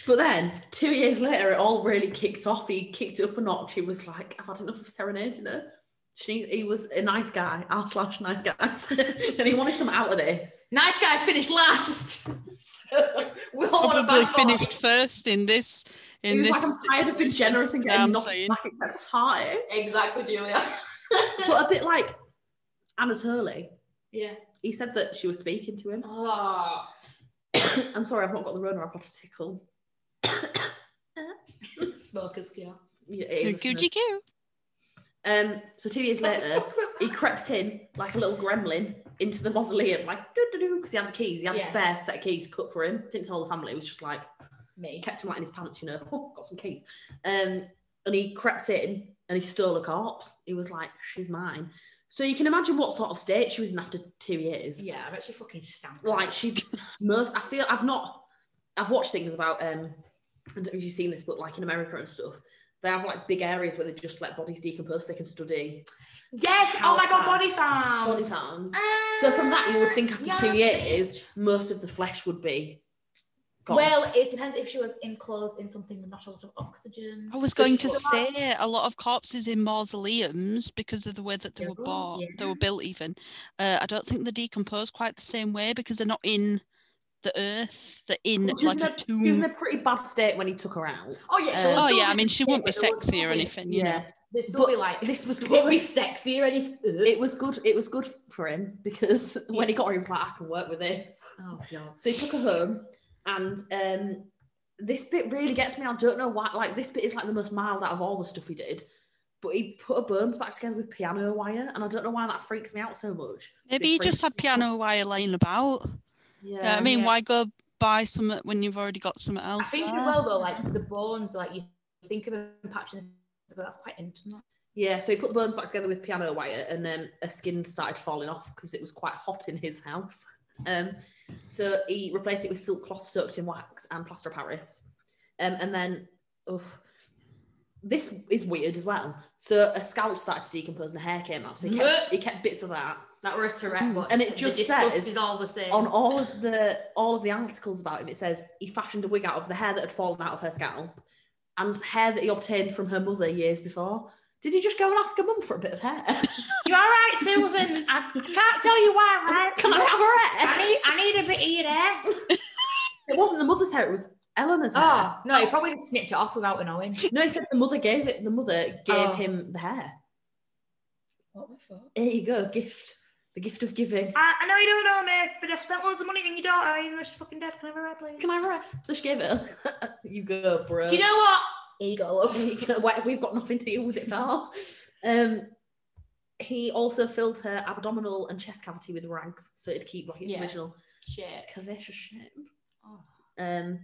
but then two years later, it all really kicked off. He kicked it up a notch. He was like, I've had enough of serenading her. She, he was a nice guy, R slash nice guys, and he wanted some out of this. nice guys finished last. So We all want a Probably bad boy. finished first in this. he In was this. like, I'm tired of being generous and I'm getting nothing saying. back except heartache. Exactly, Julia. But a bit like Anna Turley. yeah. He said that she was speaking to him. Oh. I'm sorry, I've not got the runner. I've got a tickle. Smokers cure. Yeah, The it is. Gucci Goo. Um, so two years later, he crept in like a little gremlin into the mausoleum, like do do do, because he had the keys. He had Yeah. a spare set of keys cut for him. Didn't tell the family. It was just like he Me. kept him like in his pants, you know. Oh, got some keys. Um, and he crept in and he stole a corpse. He was like, "She's mine." So you can imagine what sort of state she was in after two years. Yeah, I bet she fucking stamped. Like she most. I feel I've not. I've watched things about um. I don't know if you've seen this, but like in America and stuff, they have like big areas where they just let bodies decompose. So they can study Yes. Oh my god, How body farm. body farms. So from that, you would think after Yeah. two years, most of the flesh would be gone. Well, it depends if she was enclosed in something with not a lot of oxygen. I was So going she to was- say a lot of corpses in mausoleums because of the way that they were Yeah, bought, they were built even. Uh, I don't think they decompose quite the same way because they're not in the earth, the in She was like in a a- She was in tomb. a pretty bad state when he took her out. Oh yeah. Uh, there was Oh yeah, still I mean she won't be there was sexy or something- anything, you know. There's still be But like this was won't be good. sexy or anything. It was good. It was good for him because when he got her, he was like, "I can work with this." oh god. So he took her home, and um, this bit really gets me. I don't know why. Like this bit is like the most mild out of all the stuff he did, but he put her bones back together with piano wire, and I don't know why that freaks me out so much. Maybe he just had piano wire lying about. You know what I mean, yeah. why go buy some when you've already got something I else? think there? as well though, like the bones, like you think of them patching, but that's quite intimate. Yeah, so he put the bones back together with piano wire, and um, her skin started falling off because it was quite hot in his house. Um, so he replaced it with silk cloth soaked in wax and plaster of Paris. Um, and then, ugh, this is weird as well. So a scalp started to decompose, and hair came out. So he kept, he kept bits of that. That were a Tourette, but Hmm. And it the just disgust says is all the same. on all of the all of the articles about him, it says he fashioned a wig out of the hair that had fallen out of her scalp and hair that he obtained from her mother years before. Did he just go and ask her mum for a bit of hair? You're all right, Susan. I can't tell you why, right? Can I have her hair? I need, I need a bit of your hair. It wasn't the mother's hair; it was Eleanor's hair. Oh no, he probably snipped it off without knowing. No, he said the mother gave it. The mother gave Oh. him the hair. What the fuck? Here you go, gift. The gift of giving. I, I know you don't know me, but I spent loads of money on your daughter, even though she's fucking dead. Can I have her hair, please? Can I have her hair? So she gave it. her. you go, bro. Do you know what? Here you go, love. Wait, We've got nothing to use it for. Um, he also filled her abdominal and chest cavity with rags, so it'd keep like its Yeah. original Shit. curvaceous shape. Oh. Um,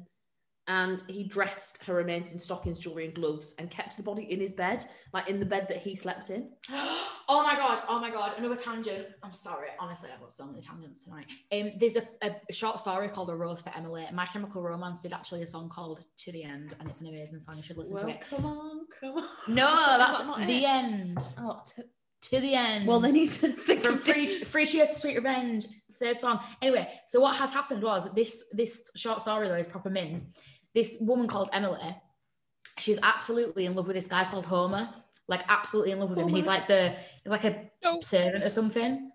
and he dressed her remains in stockings, jewelry, and gloves, and kept the body in his bed, like in the bed that he slept in. oh my god, oh my god, another tangent. I'm sorry, honestly, I've got so many tangents tonight. Um, there's a, a a short story called A Rose for Emily. My Chemical Romance did actually a song called To the End, and it's an amazing song. You should listen Well, to it. come on, come on. No, that's not the it. end. Oh, t- To the end. well, they need to think from of di- free free cheers to sweet revenge third song anyway so what has happened was this this short story though is proper min this woman called emily she's absolutely in love with this guy called homer like absolutely in love with him and he's Homer? like the he's like a Nope. servant or something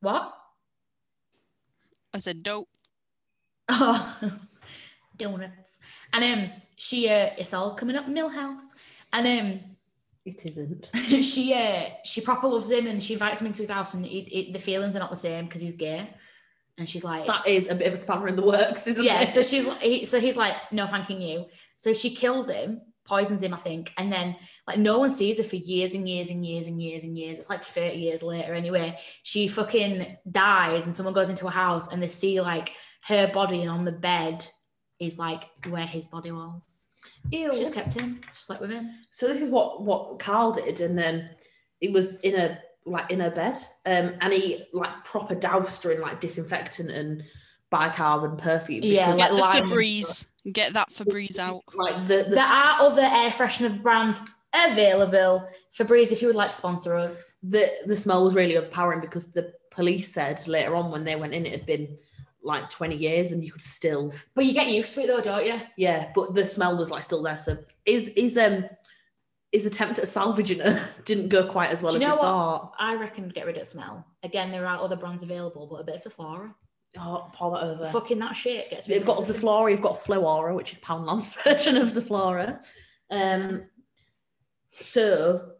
what I said dope. Oh, donuts and um she uh it's all coming up millhouse and um It isn't. she uh, she proper loves him and she invites him into his house and it, it, the feelings are not the same because he's gay and she's like That is a bit of a spanner in the works, isn't yeah it? so she's like- he, so he's like no thanking you so she kills him poisons him i think and then like no one sees her for years and years and years and years and years it's like 30 years later anyway she fucking dies and someone goes into a house and they see like her body and on the bed is like where his body was Ew. she just kept him she slept with him so this is what what Carl did, and um, it was in a like in her bed, um, and he like proper doused her in like disinfectant and bicarb and perfume. Yeah, because, Get like the lime and Febreze. Get that Febreze out. like the, the there are other air freshener brands available. Febreze, if you would like to sponsor us. the the smell was really overpowering because the police said later on when they went in, it had been like twenty years, and you could still But you get used to it though, don't you? yeah, but the smell was like still there. So is is um. His attempt at salvaging her didn't go quite as well Do as you you know what? thought. I reckon get rid of smell. Again, there are other brands available, but a bit of Sephora. Oh, pour that over. Fucking that shit gets rid of They've got everything. Zaflora, you've got Floora, which is Poundland's version of Zaflora. Um, so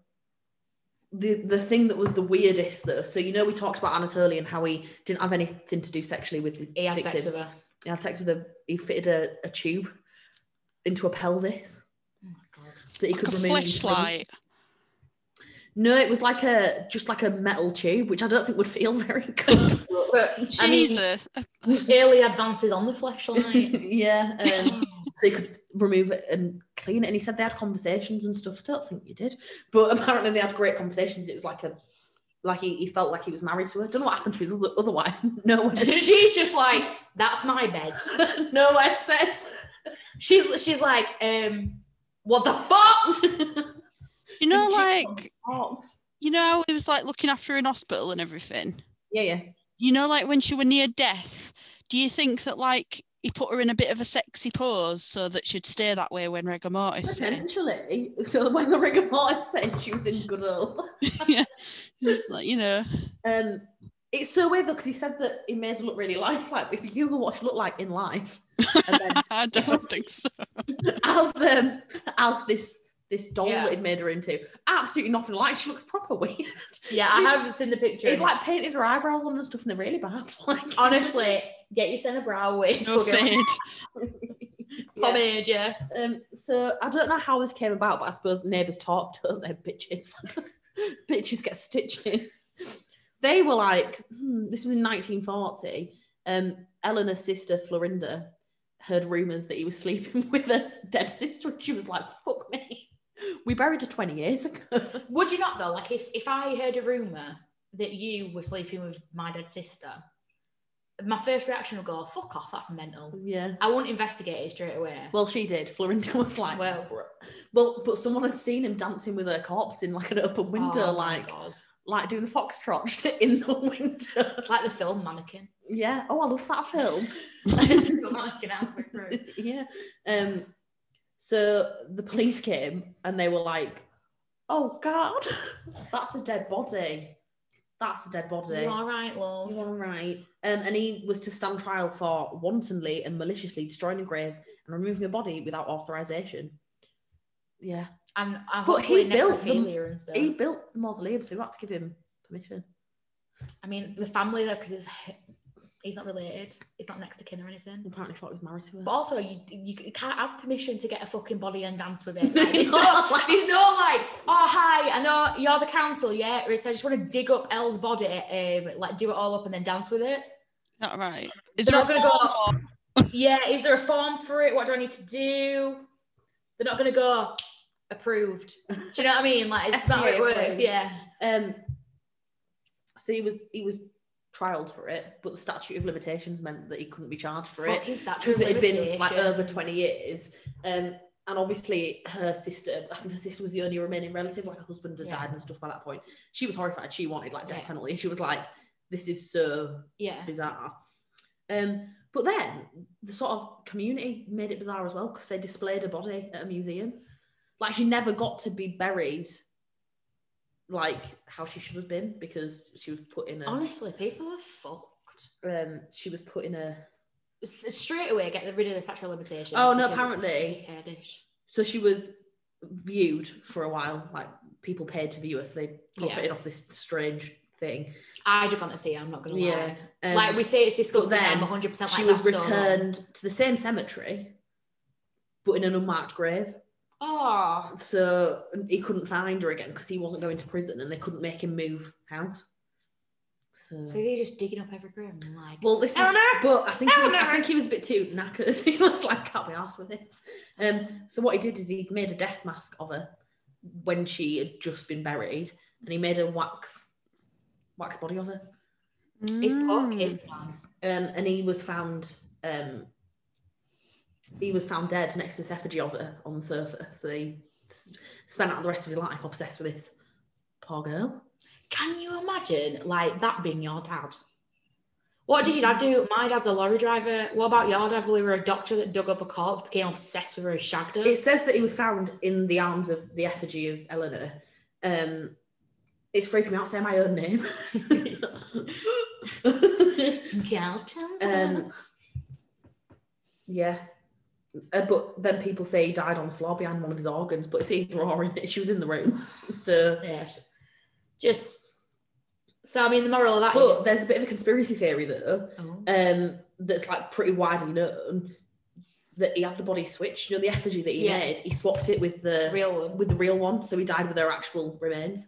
the the thing that was the weirdest though, so you know we talked about Anatoly and how he didn't have anything to do sexually with his He had sex victim. with her. He had sex with a he fitted a, a tube into a pelvis Oh my god. that he could Like a remove. flashlight. No, it was like a just like a metal tube, which I don't think would feel very good. But I mean, Jesus. early advances on the fleshlight. yeah. Um, so you could remove it and clean it. And he said they had conversations and stuff. I don't think you did, but apparently they had great conversations. It was like a like he, he felt like he was married to her. Don't know what happened to his other, other wife. No one, She's just like, that's my bed. no one says. She's she's like, um, what the fuck? You know, Did you- like you know how he was like looking after her in hospital and everything? Yeah, yeah. You know, like when she were near death, do you think that like he put her in a bit of a sexy pose so that she'd stay that way when rigor mortis set in? Essentially, so when the rigor mortis said she was in good health, Like, you know. um, It's so weird though because he said that he made her look really lifelike. But if you Google what she looked like in life, and then I don't think so. as um, as this this doll Yeah. that he made her into, absolutely nothing like. She looks proper weird. Yeah, I have seen the picture. He'd like painted her eyebrows on and stuff, and they're really bad. Like honestly, get yourself a brow wig. No fade. Yeah. Pomade, yeah. Um, so I don't know how this came about, but I suppose neighbours talk to their bitches. bitches get stitches. They were like, hmm, this was in 1940. Um, Eleanor's sister Florinda heard rumours that he was sleeping with her dead sister, and she was like, "Fuck me, we buried her 20 years ago." Would you not though? Like if if I heard a rumor that you were sleeping with my dead sister, my first reaction would go, "Fuck off, that's mental." yeah. I won't investigate it straight away. Well, she did. Florinda was like, Well. well, well, but someone had seen him dancing with her corpse in like an open window, Oh my like God. like doing the foxtrot in the window. it's like the film Mannequin. Yeah. Oh, I love that film. Mannequin Alfred Rose. yeah. Um. So the police came and they were like, "Oh God, that's a dead body. That's a dead body." You all right, love? You're all right. Um, and he was to stand trial for wantonly and maliciously destroying a grave and removing a body without authorization. Yeah. And I But but he he built them- and stuff. He built the mausoleum, so we had to give him permission. I mean, the family though, because it's he's not related. He's not next to kin or anything. Apparently, thought he was married to her. But also, you you can't have permission to get a fucking body and dance with it. Like, it's No. not like there's no like, oh hi, I know you're the council, yeah. Or it's, I just want to dig up Elle's body, um, like do it all up and then dance with it. Is that right? Is They're there a not gonna go- form or- Yeah, is there a form for it? What do I need to do? They're not gonna go approved. Do you know what I mean? Like, it's not how it FDA works. approved. Yeah. Um, so he was he was trialed for it, but the statute of limitations meant that he couldn't be charged for it Fucking statute of because it had been like over limitations. twenty years. Um, and obviously her sister, I think her sister was the only remaining relative. Like her husband had Yeah. died and stuff by that point. She was horrified. She wanted like death Yeah. penalty. She was like, "This is so Yeah. bizarre." Um, but then the sort of community made it bizarre as well because they displayed a body at a museum. Like she never got to be buried, like how she should have been because she was put in a Honestly, people are fucked. um, she was put in a S- straight away get rid of the statute of limitations. Oh, no, because it's apparently. dickheadish. so she was viewed for a while. Like people paid to view her, so they profited off this strange thing. I'd have gone to see. her, I'm not gonna lie. Yeah, Um, like we say, it's disgusting. then I'm 100. percent she was returned to the same cemetery, but in an unmarked grave. Oh, so he couldn't find her again because he wasn't going to prison and they couldn't make him move house. So, so you're just digging up every grave and like. well, this is. Eleanor? But I think he was, I Eleanor? think he was a bit too knackered. he was like, can't be asked with this. Um, so what he did is he made a death mask of her when she had just been buried, and he made a wax wax body of her. it's Mm. pockets, man. Um, and he was found. Um, he was found dead next to this effigy of her on the sofa. So he s- spent out the rest of his life obsessed with this poor girl. Can you imagine like that being your dad? What did your dad do? My dad's a lorry driver. What about your dad? Well, he were a doctor that dug up a corpse, became obsessed with her, and shagged her. It says that he was found in the arms of the effigy of Eleanor. Um, it's freaking me out saying my own name. Galton's um, yeah. Uh, but then people say he died on the floor behind one of his organs, but it's either or in it. She was in the room. So, Yeah. Just so I mean the moral of that is but there's a bit of a conspiracy theory though, Oh. um, that's like pretty widely known that he had the body switched. You know, the effigy that he Yeah. made, he swapped it with the real one. with the real one, so he died with her actual remains.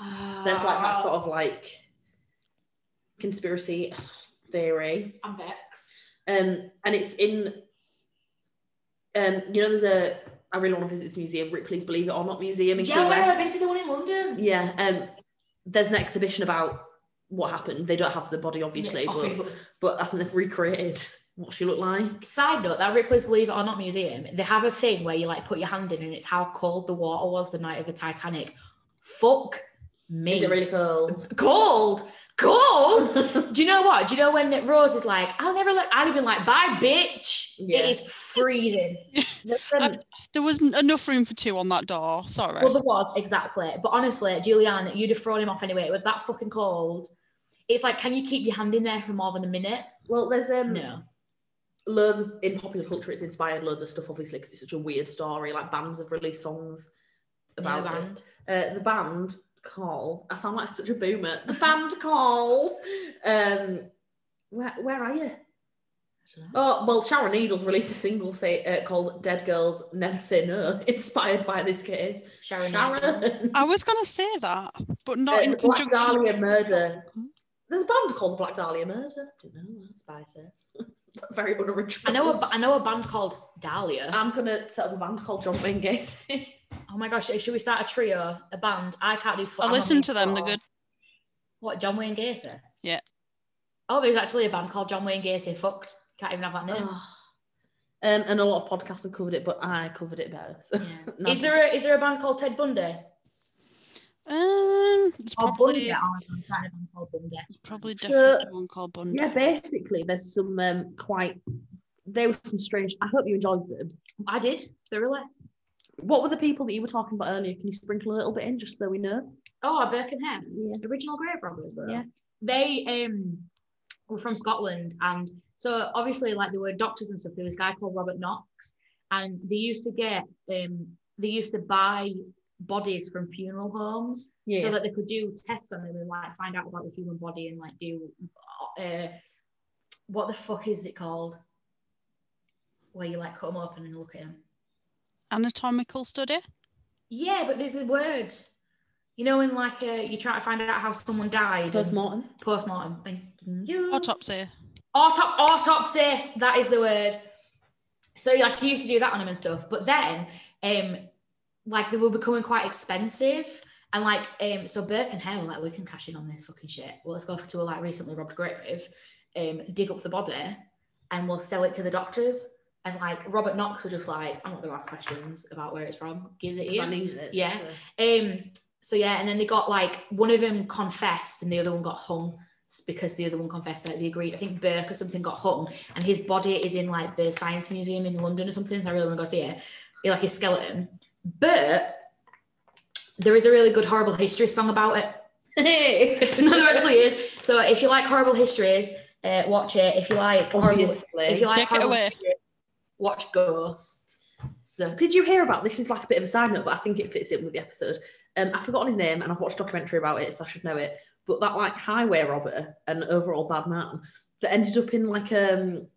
There's like that sort Oh. of like conspiracy theory. Oh, I'm vexed. Um, and it's in um, you know, there's a I really want to visit this museum, Ripley's Believe It or Not Museum in Key Yeah, well, I've West. been to the one in London. Yeah, um, there's an exhibition about what happened. They don't have the body obviously, Yeah, but, obviously. but I think they've recreated what she looked like. Side note, that Ripley's Believe It or Not museum, they have a thing where you like put your hand in and it's how cold the water was the night of the Titanic. Fuck me. Is it really cold? cold? Cold? Do you know what? Do you know when Rose is like, I'll never look, I'd have been like, bye, bitch. Yeah. It is freezing. Um, There was n- enough room for two on that door. Sorry. Well, there was exactly. But honestly, Julianne, you'd have thrown him off anyway. With that fucking cold, It's like, can you keep your hand in there for more than a minute? Well, there's um No. loads of in popular culture. It's inspired loads of stuff, obviously, because it's such a weird story. Like bands have released songs about no it. band. Uh, the band called. I sound like such a boomer. The band called. Um, where where are you? I don't know. Oh well, Sharon Needles released a single say uh, called "Dead Girls Never Say No," inspired by this case. Sharon. Needles. Sharon, I was gonna say that, but not Uh, in the Black conjunction. Dahlia murder. Hmm? There's a band called the Black Dahlia Murder. I don't know. That's spicy. Very unoriginal. I know a, I know a band called Dahlia. Uh, I'm gonna set up a band called John Wayne Gacy. oh my gosh, should we start a trio, a band? I can't do. I I'm not listen being to them. They're photo. good. What John Wayne Gacy? Yeah. Oh, there's actually a band called John Wayne Gacy. Fucked. Can't even have that Uh, name. Oh. Um, and a lot of podcasts have covered it, but I covered it better. So. Yeah. No. Is there a, is there a band called Ted Bundy? Um, it's Or probably Bundy? Oh, I'm starting a band called Bundy. probably So- definitely one called Bundy. Yeah, basically, there's some um, quite. There were some strange. I hope you enjoyed them. I did thoroughly. What were the people that you were talking about earlier? Can you sprinkle a little bit in just so we know? Oh, our Birkenhead. Yeah. original grave robbers though. Yeah. They um were from Scotland and so obviously like there were doctors and stuff. There was a guy called Robert Knox and they used to get um they used to buy bodies from funeral homes Yeah. so that they could do tests on them and like find out about the human body and like do uh what the fuck is it called? Where you like cut them open and look at them. Anatomical study. Yeah, but there's a word. You know, when like uh, you try to find out how someone died. and- Post-mortem. postmortem. Thank you. Autopsy. Autop- autopsy. That is the word. So like he used to do that on him and stuff. But then, um, like they were becoming quite expensive. And like, um, so Burke and Hare were like, we can cash in on this fucking shit. Well, let's go to a like recently robbed grave, um, dig up the body, and we'll sell it to the doctors. And like Robert Knox was just like, I'm not gonna ask questions about where it's from. Gives it 'Cause here. I need it. Yeah. so. Um, so yeah, and then they got like one of them confessed and the other one got hung s- because the other one confessed that they agreed. I think Burke or something got hung and his body is in like the science museum in London or something. So I really want to go see it. Yeah, Like his skeleton. But there is a really good horrible history song about it. no, there actually is. So if you like horrible histories, uh, watch it. If you like horrible, Obviously. if you like Take it horrible away. history, watch Ghost. So Did you hear about this? Is like a bit of a side note, but I think it fits in with the episode. Um, I've forgotten his name, and I've watched a documentary about it, so I should know it. But that like highway robber and overall bad man that ended up in like um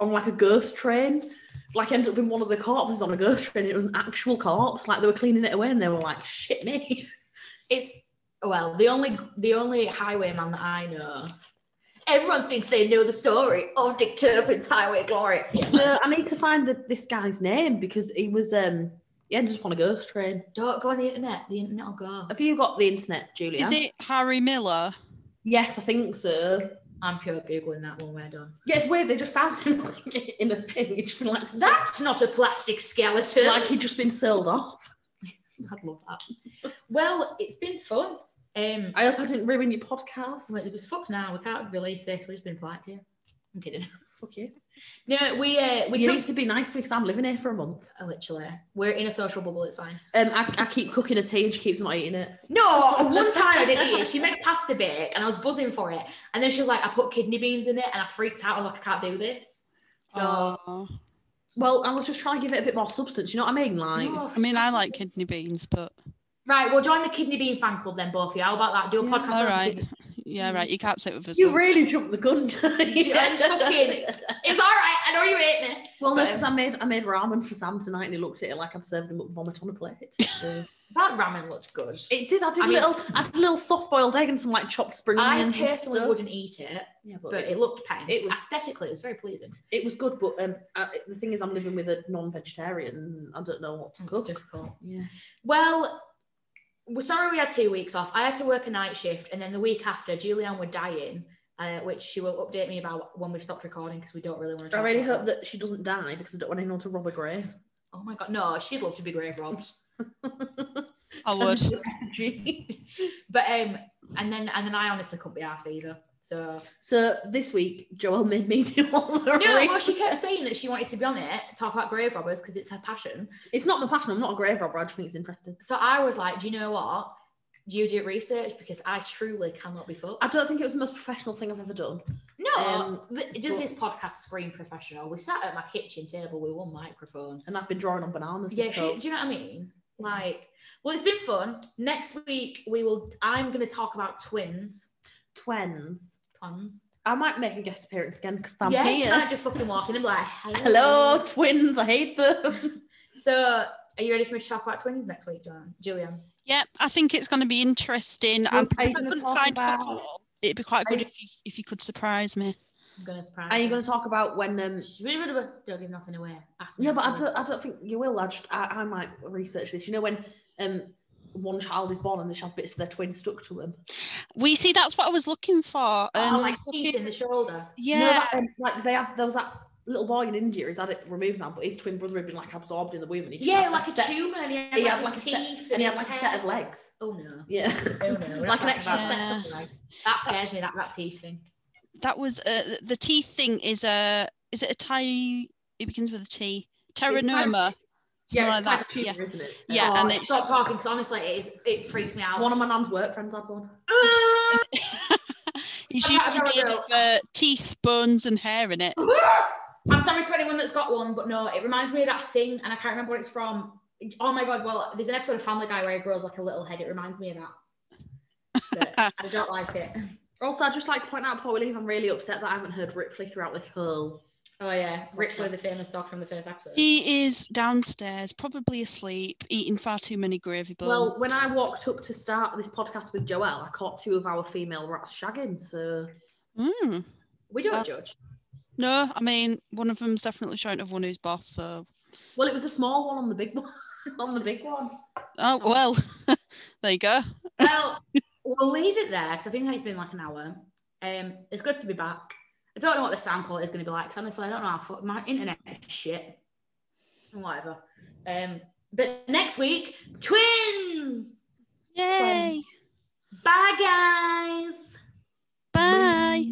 on like a ghost train, like ended up in one of the corpses on a ghost train. It was an actual corpse. Like they were cleaning it away, and they were like, "Shit me." It's well, the only the only highwayman that I know. Everyone thinks they know the story of Dick Turpin's Highway Glory. Yes. so I need to find the, this guy's name because he was um he ended up on a ghost train. Don't go on the internet. The internet will go. Have you got the internet, Julia? Is it Harry Miller? Yes, I think so. I'm pure googling that one. We're done. Yeah, it's weird. They just found him like, in a thing. It's been like that. That's not a plastic skeleton. like he'd just been sealed off. I'd love that. Well, it's been fun. Um, I hope I didn't ruin your podcast. wait, it's fucked now. We can't release this. We've just been polite to you. I'm kidding. Fuck you. No, we uh, we you took need to be nice because I'm living here for a month. uh, literally. We're in a social bubble. It's fine. Um, I, I keep cooking a tea and she keeps not eating it. No, one time I did eat it. She made pasta bake and I was buzzing for it. And then she was like, I put kidney beans in it and I freaked out. I was like, I can't do this. So Oh. Well, I was just trying to give it a bit more substance. You know what I mean? Like, No, I mean, I like kidney. kidney beans, but Right, well, join the kidney bean fan club then, both of you. How about that? Do a Yeah. podcast. on all right. kidney- Yeah, right. You can't sit with us. you though. really jumped the gun. I'm fucking- It's all right. I know you hate me. Well, no, because I made I made ramen for Sam tonight and he looked at it like I'd served him up vomit on a plate. So- That ramen looked good. it did. I did I a mean- little. I did a little soft boiled egg and some like chopped spring I onions. and personally stuff. wouldn't eat it, Yeah, but but it looked pen. It It was- was aesthetically, it was very pleasing. It was good, but um, I, the thing is, I'm living with a non-vegetarian. I don't know what to It's cook. difficult. Yeah. Well, we're sorry we had two weeks off. I had to work a night shift, and then the week after, Julianne were dying, uh, which she will update me about when we've stopped recording because we don't really want to. I really hope that she doesn't die because I don't want anyone to rob a grave. Oh my god, no, she'd love to be grave robbed. I would. but um, and then and then I honestly couldn't be asked either. So so this week, Joel made me do all no, the well, race- she kept saying that she wanted to be on it, talk about grave robbers because it's her passion. It's not my passion. I'm not a grave robber. I just think it's interesting. So I was like, do you know what? you do research because I truly cannot be fucked. I don't think it was the most professional thing I've ever done. No, Um, th- does but- this podcast scream professional? We sat at my kitchen table with one microphone. And I've been drawing on bananas. Yeah, Yeah, do you whole. do you know what I mean? Like, well, it's been fun. Next week we will. I'm going to talk about twins. twins. Twins. I might make a guest appearance again because I'm yeah, you here. can't just fucking walk in and be like, Hello, twins. I hate them. So, are you ready for me to talk about twins next week, John? Julian? Yeah, I think it's going to be interesting. and are you because I gonna couldn't talk find about- football, it'd be quite Are good if you, if you could surprise me. I'm gonna surprise. Are you you. going to talk about when? Um, Shh, blah, blah, blah. Don't give nothing away. Ask me yeah, but I afterwards. don't, I don't think you will. I, just, I, I might research this. You know when um, one child is born and they just have bits of their twin stuck to them. We see that's what I was looking for. Um, Oh, I like was teeth in looking- the shoulder. yeah, You know that, um, like they have. There was that little boy in India. He's had it removed now, but his twin brother had been like absorbed in the womb, and he just Yeah, had like a set, tumor, and he had, He like, had like a his set, teeth and he had his like a head. set of legs. Oh no. Yeah. Oh no. Like an extra set set of of legs. That scares me. That rat teeth thing. that was uh, th- the T thing is a is it a Thai? It begins with a T. Terranoma. Yeah, something it's like that. kind of tumor, Yeah. isn't it? Uh, Yeah, oh, and it's- stop talking because honestly, it is. It freaks me out. One of my mum's work friends had one. It's I've got- I've usually got a made of girl. uh, teeth, bones, and hair in it. I'm sorry to anyone that's got one, but no, it reminds me of that thing, and I can't remember what it's from. Oh my god! Well, there's an episode of Family Guy where he grows like a little head. It reminds me of that. But I don't like it. Also, I'd just like to point out before we leave, I'm really upset that I haven't heard Ripley throughout this whole. Oh yeah, Ripley, the famous dog from the first episode. He is downstairs, probably asleep, eating far too many gravy bones. Well, when I walked up to start this podcast with Joelle, I caught two of our female rats shagging. So Mm. We don't Well- judge. no, I mean one of them's definitely showing of one who's boss. So, Well, it was a small one on the big one. on the big one. oh well, there you go. Well, we'll leave it there because I think it's been like an hour. Um, it's good to be back. I don't know what the sound quality is going to be like because honestly, I don't know how fu- my internet is shit and whatever. Um, but next week, twins. Yay! Bye, guys. Bye.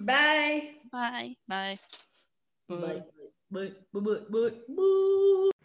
Bye. Bye. Bye. Bye. Bye. Bye. Bye. Bye.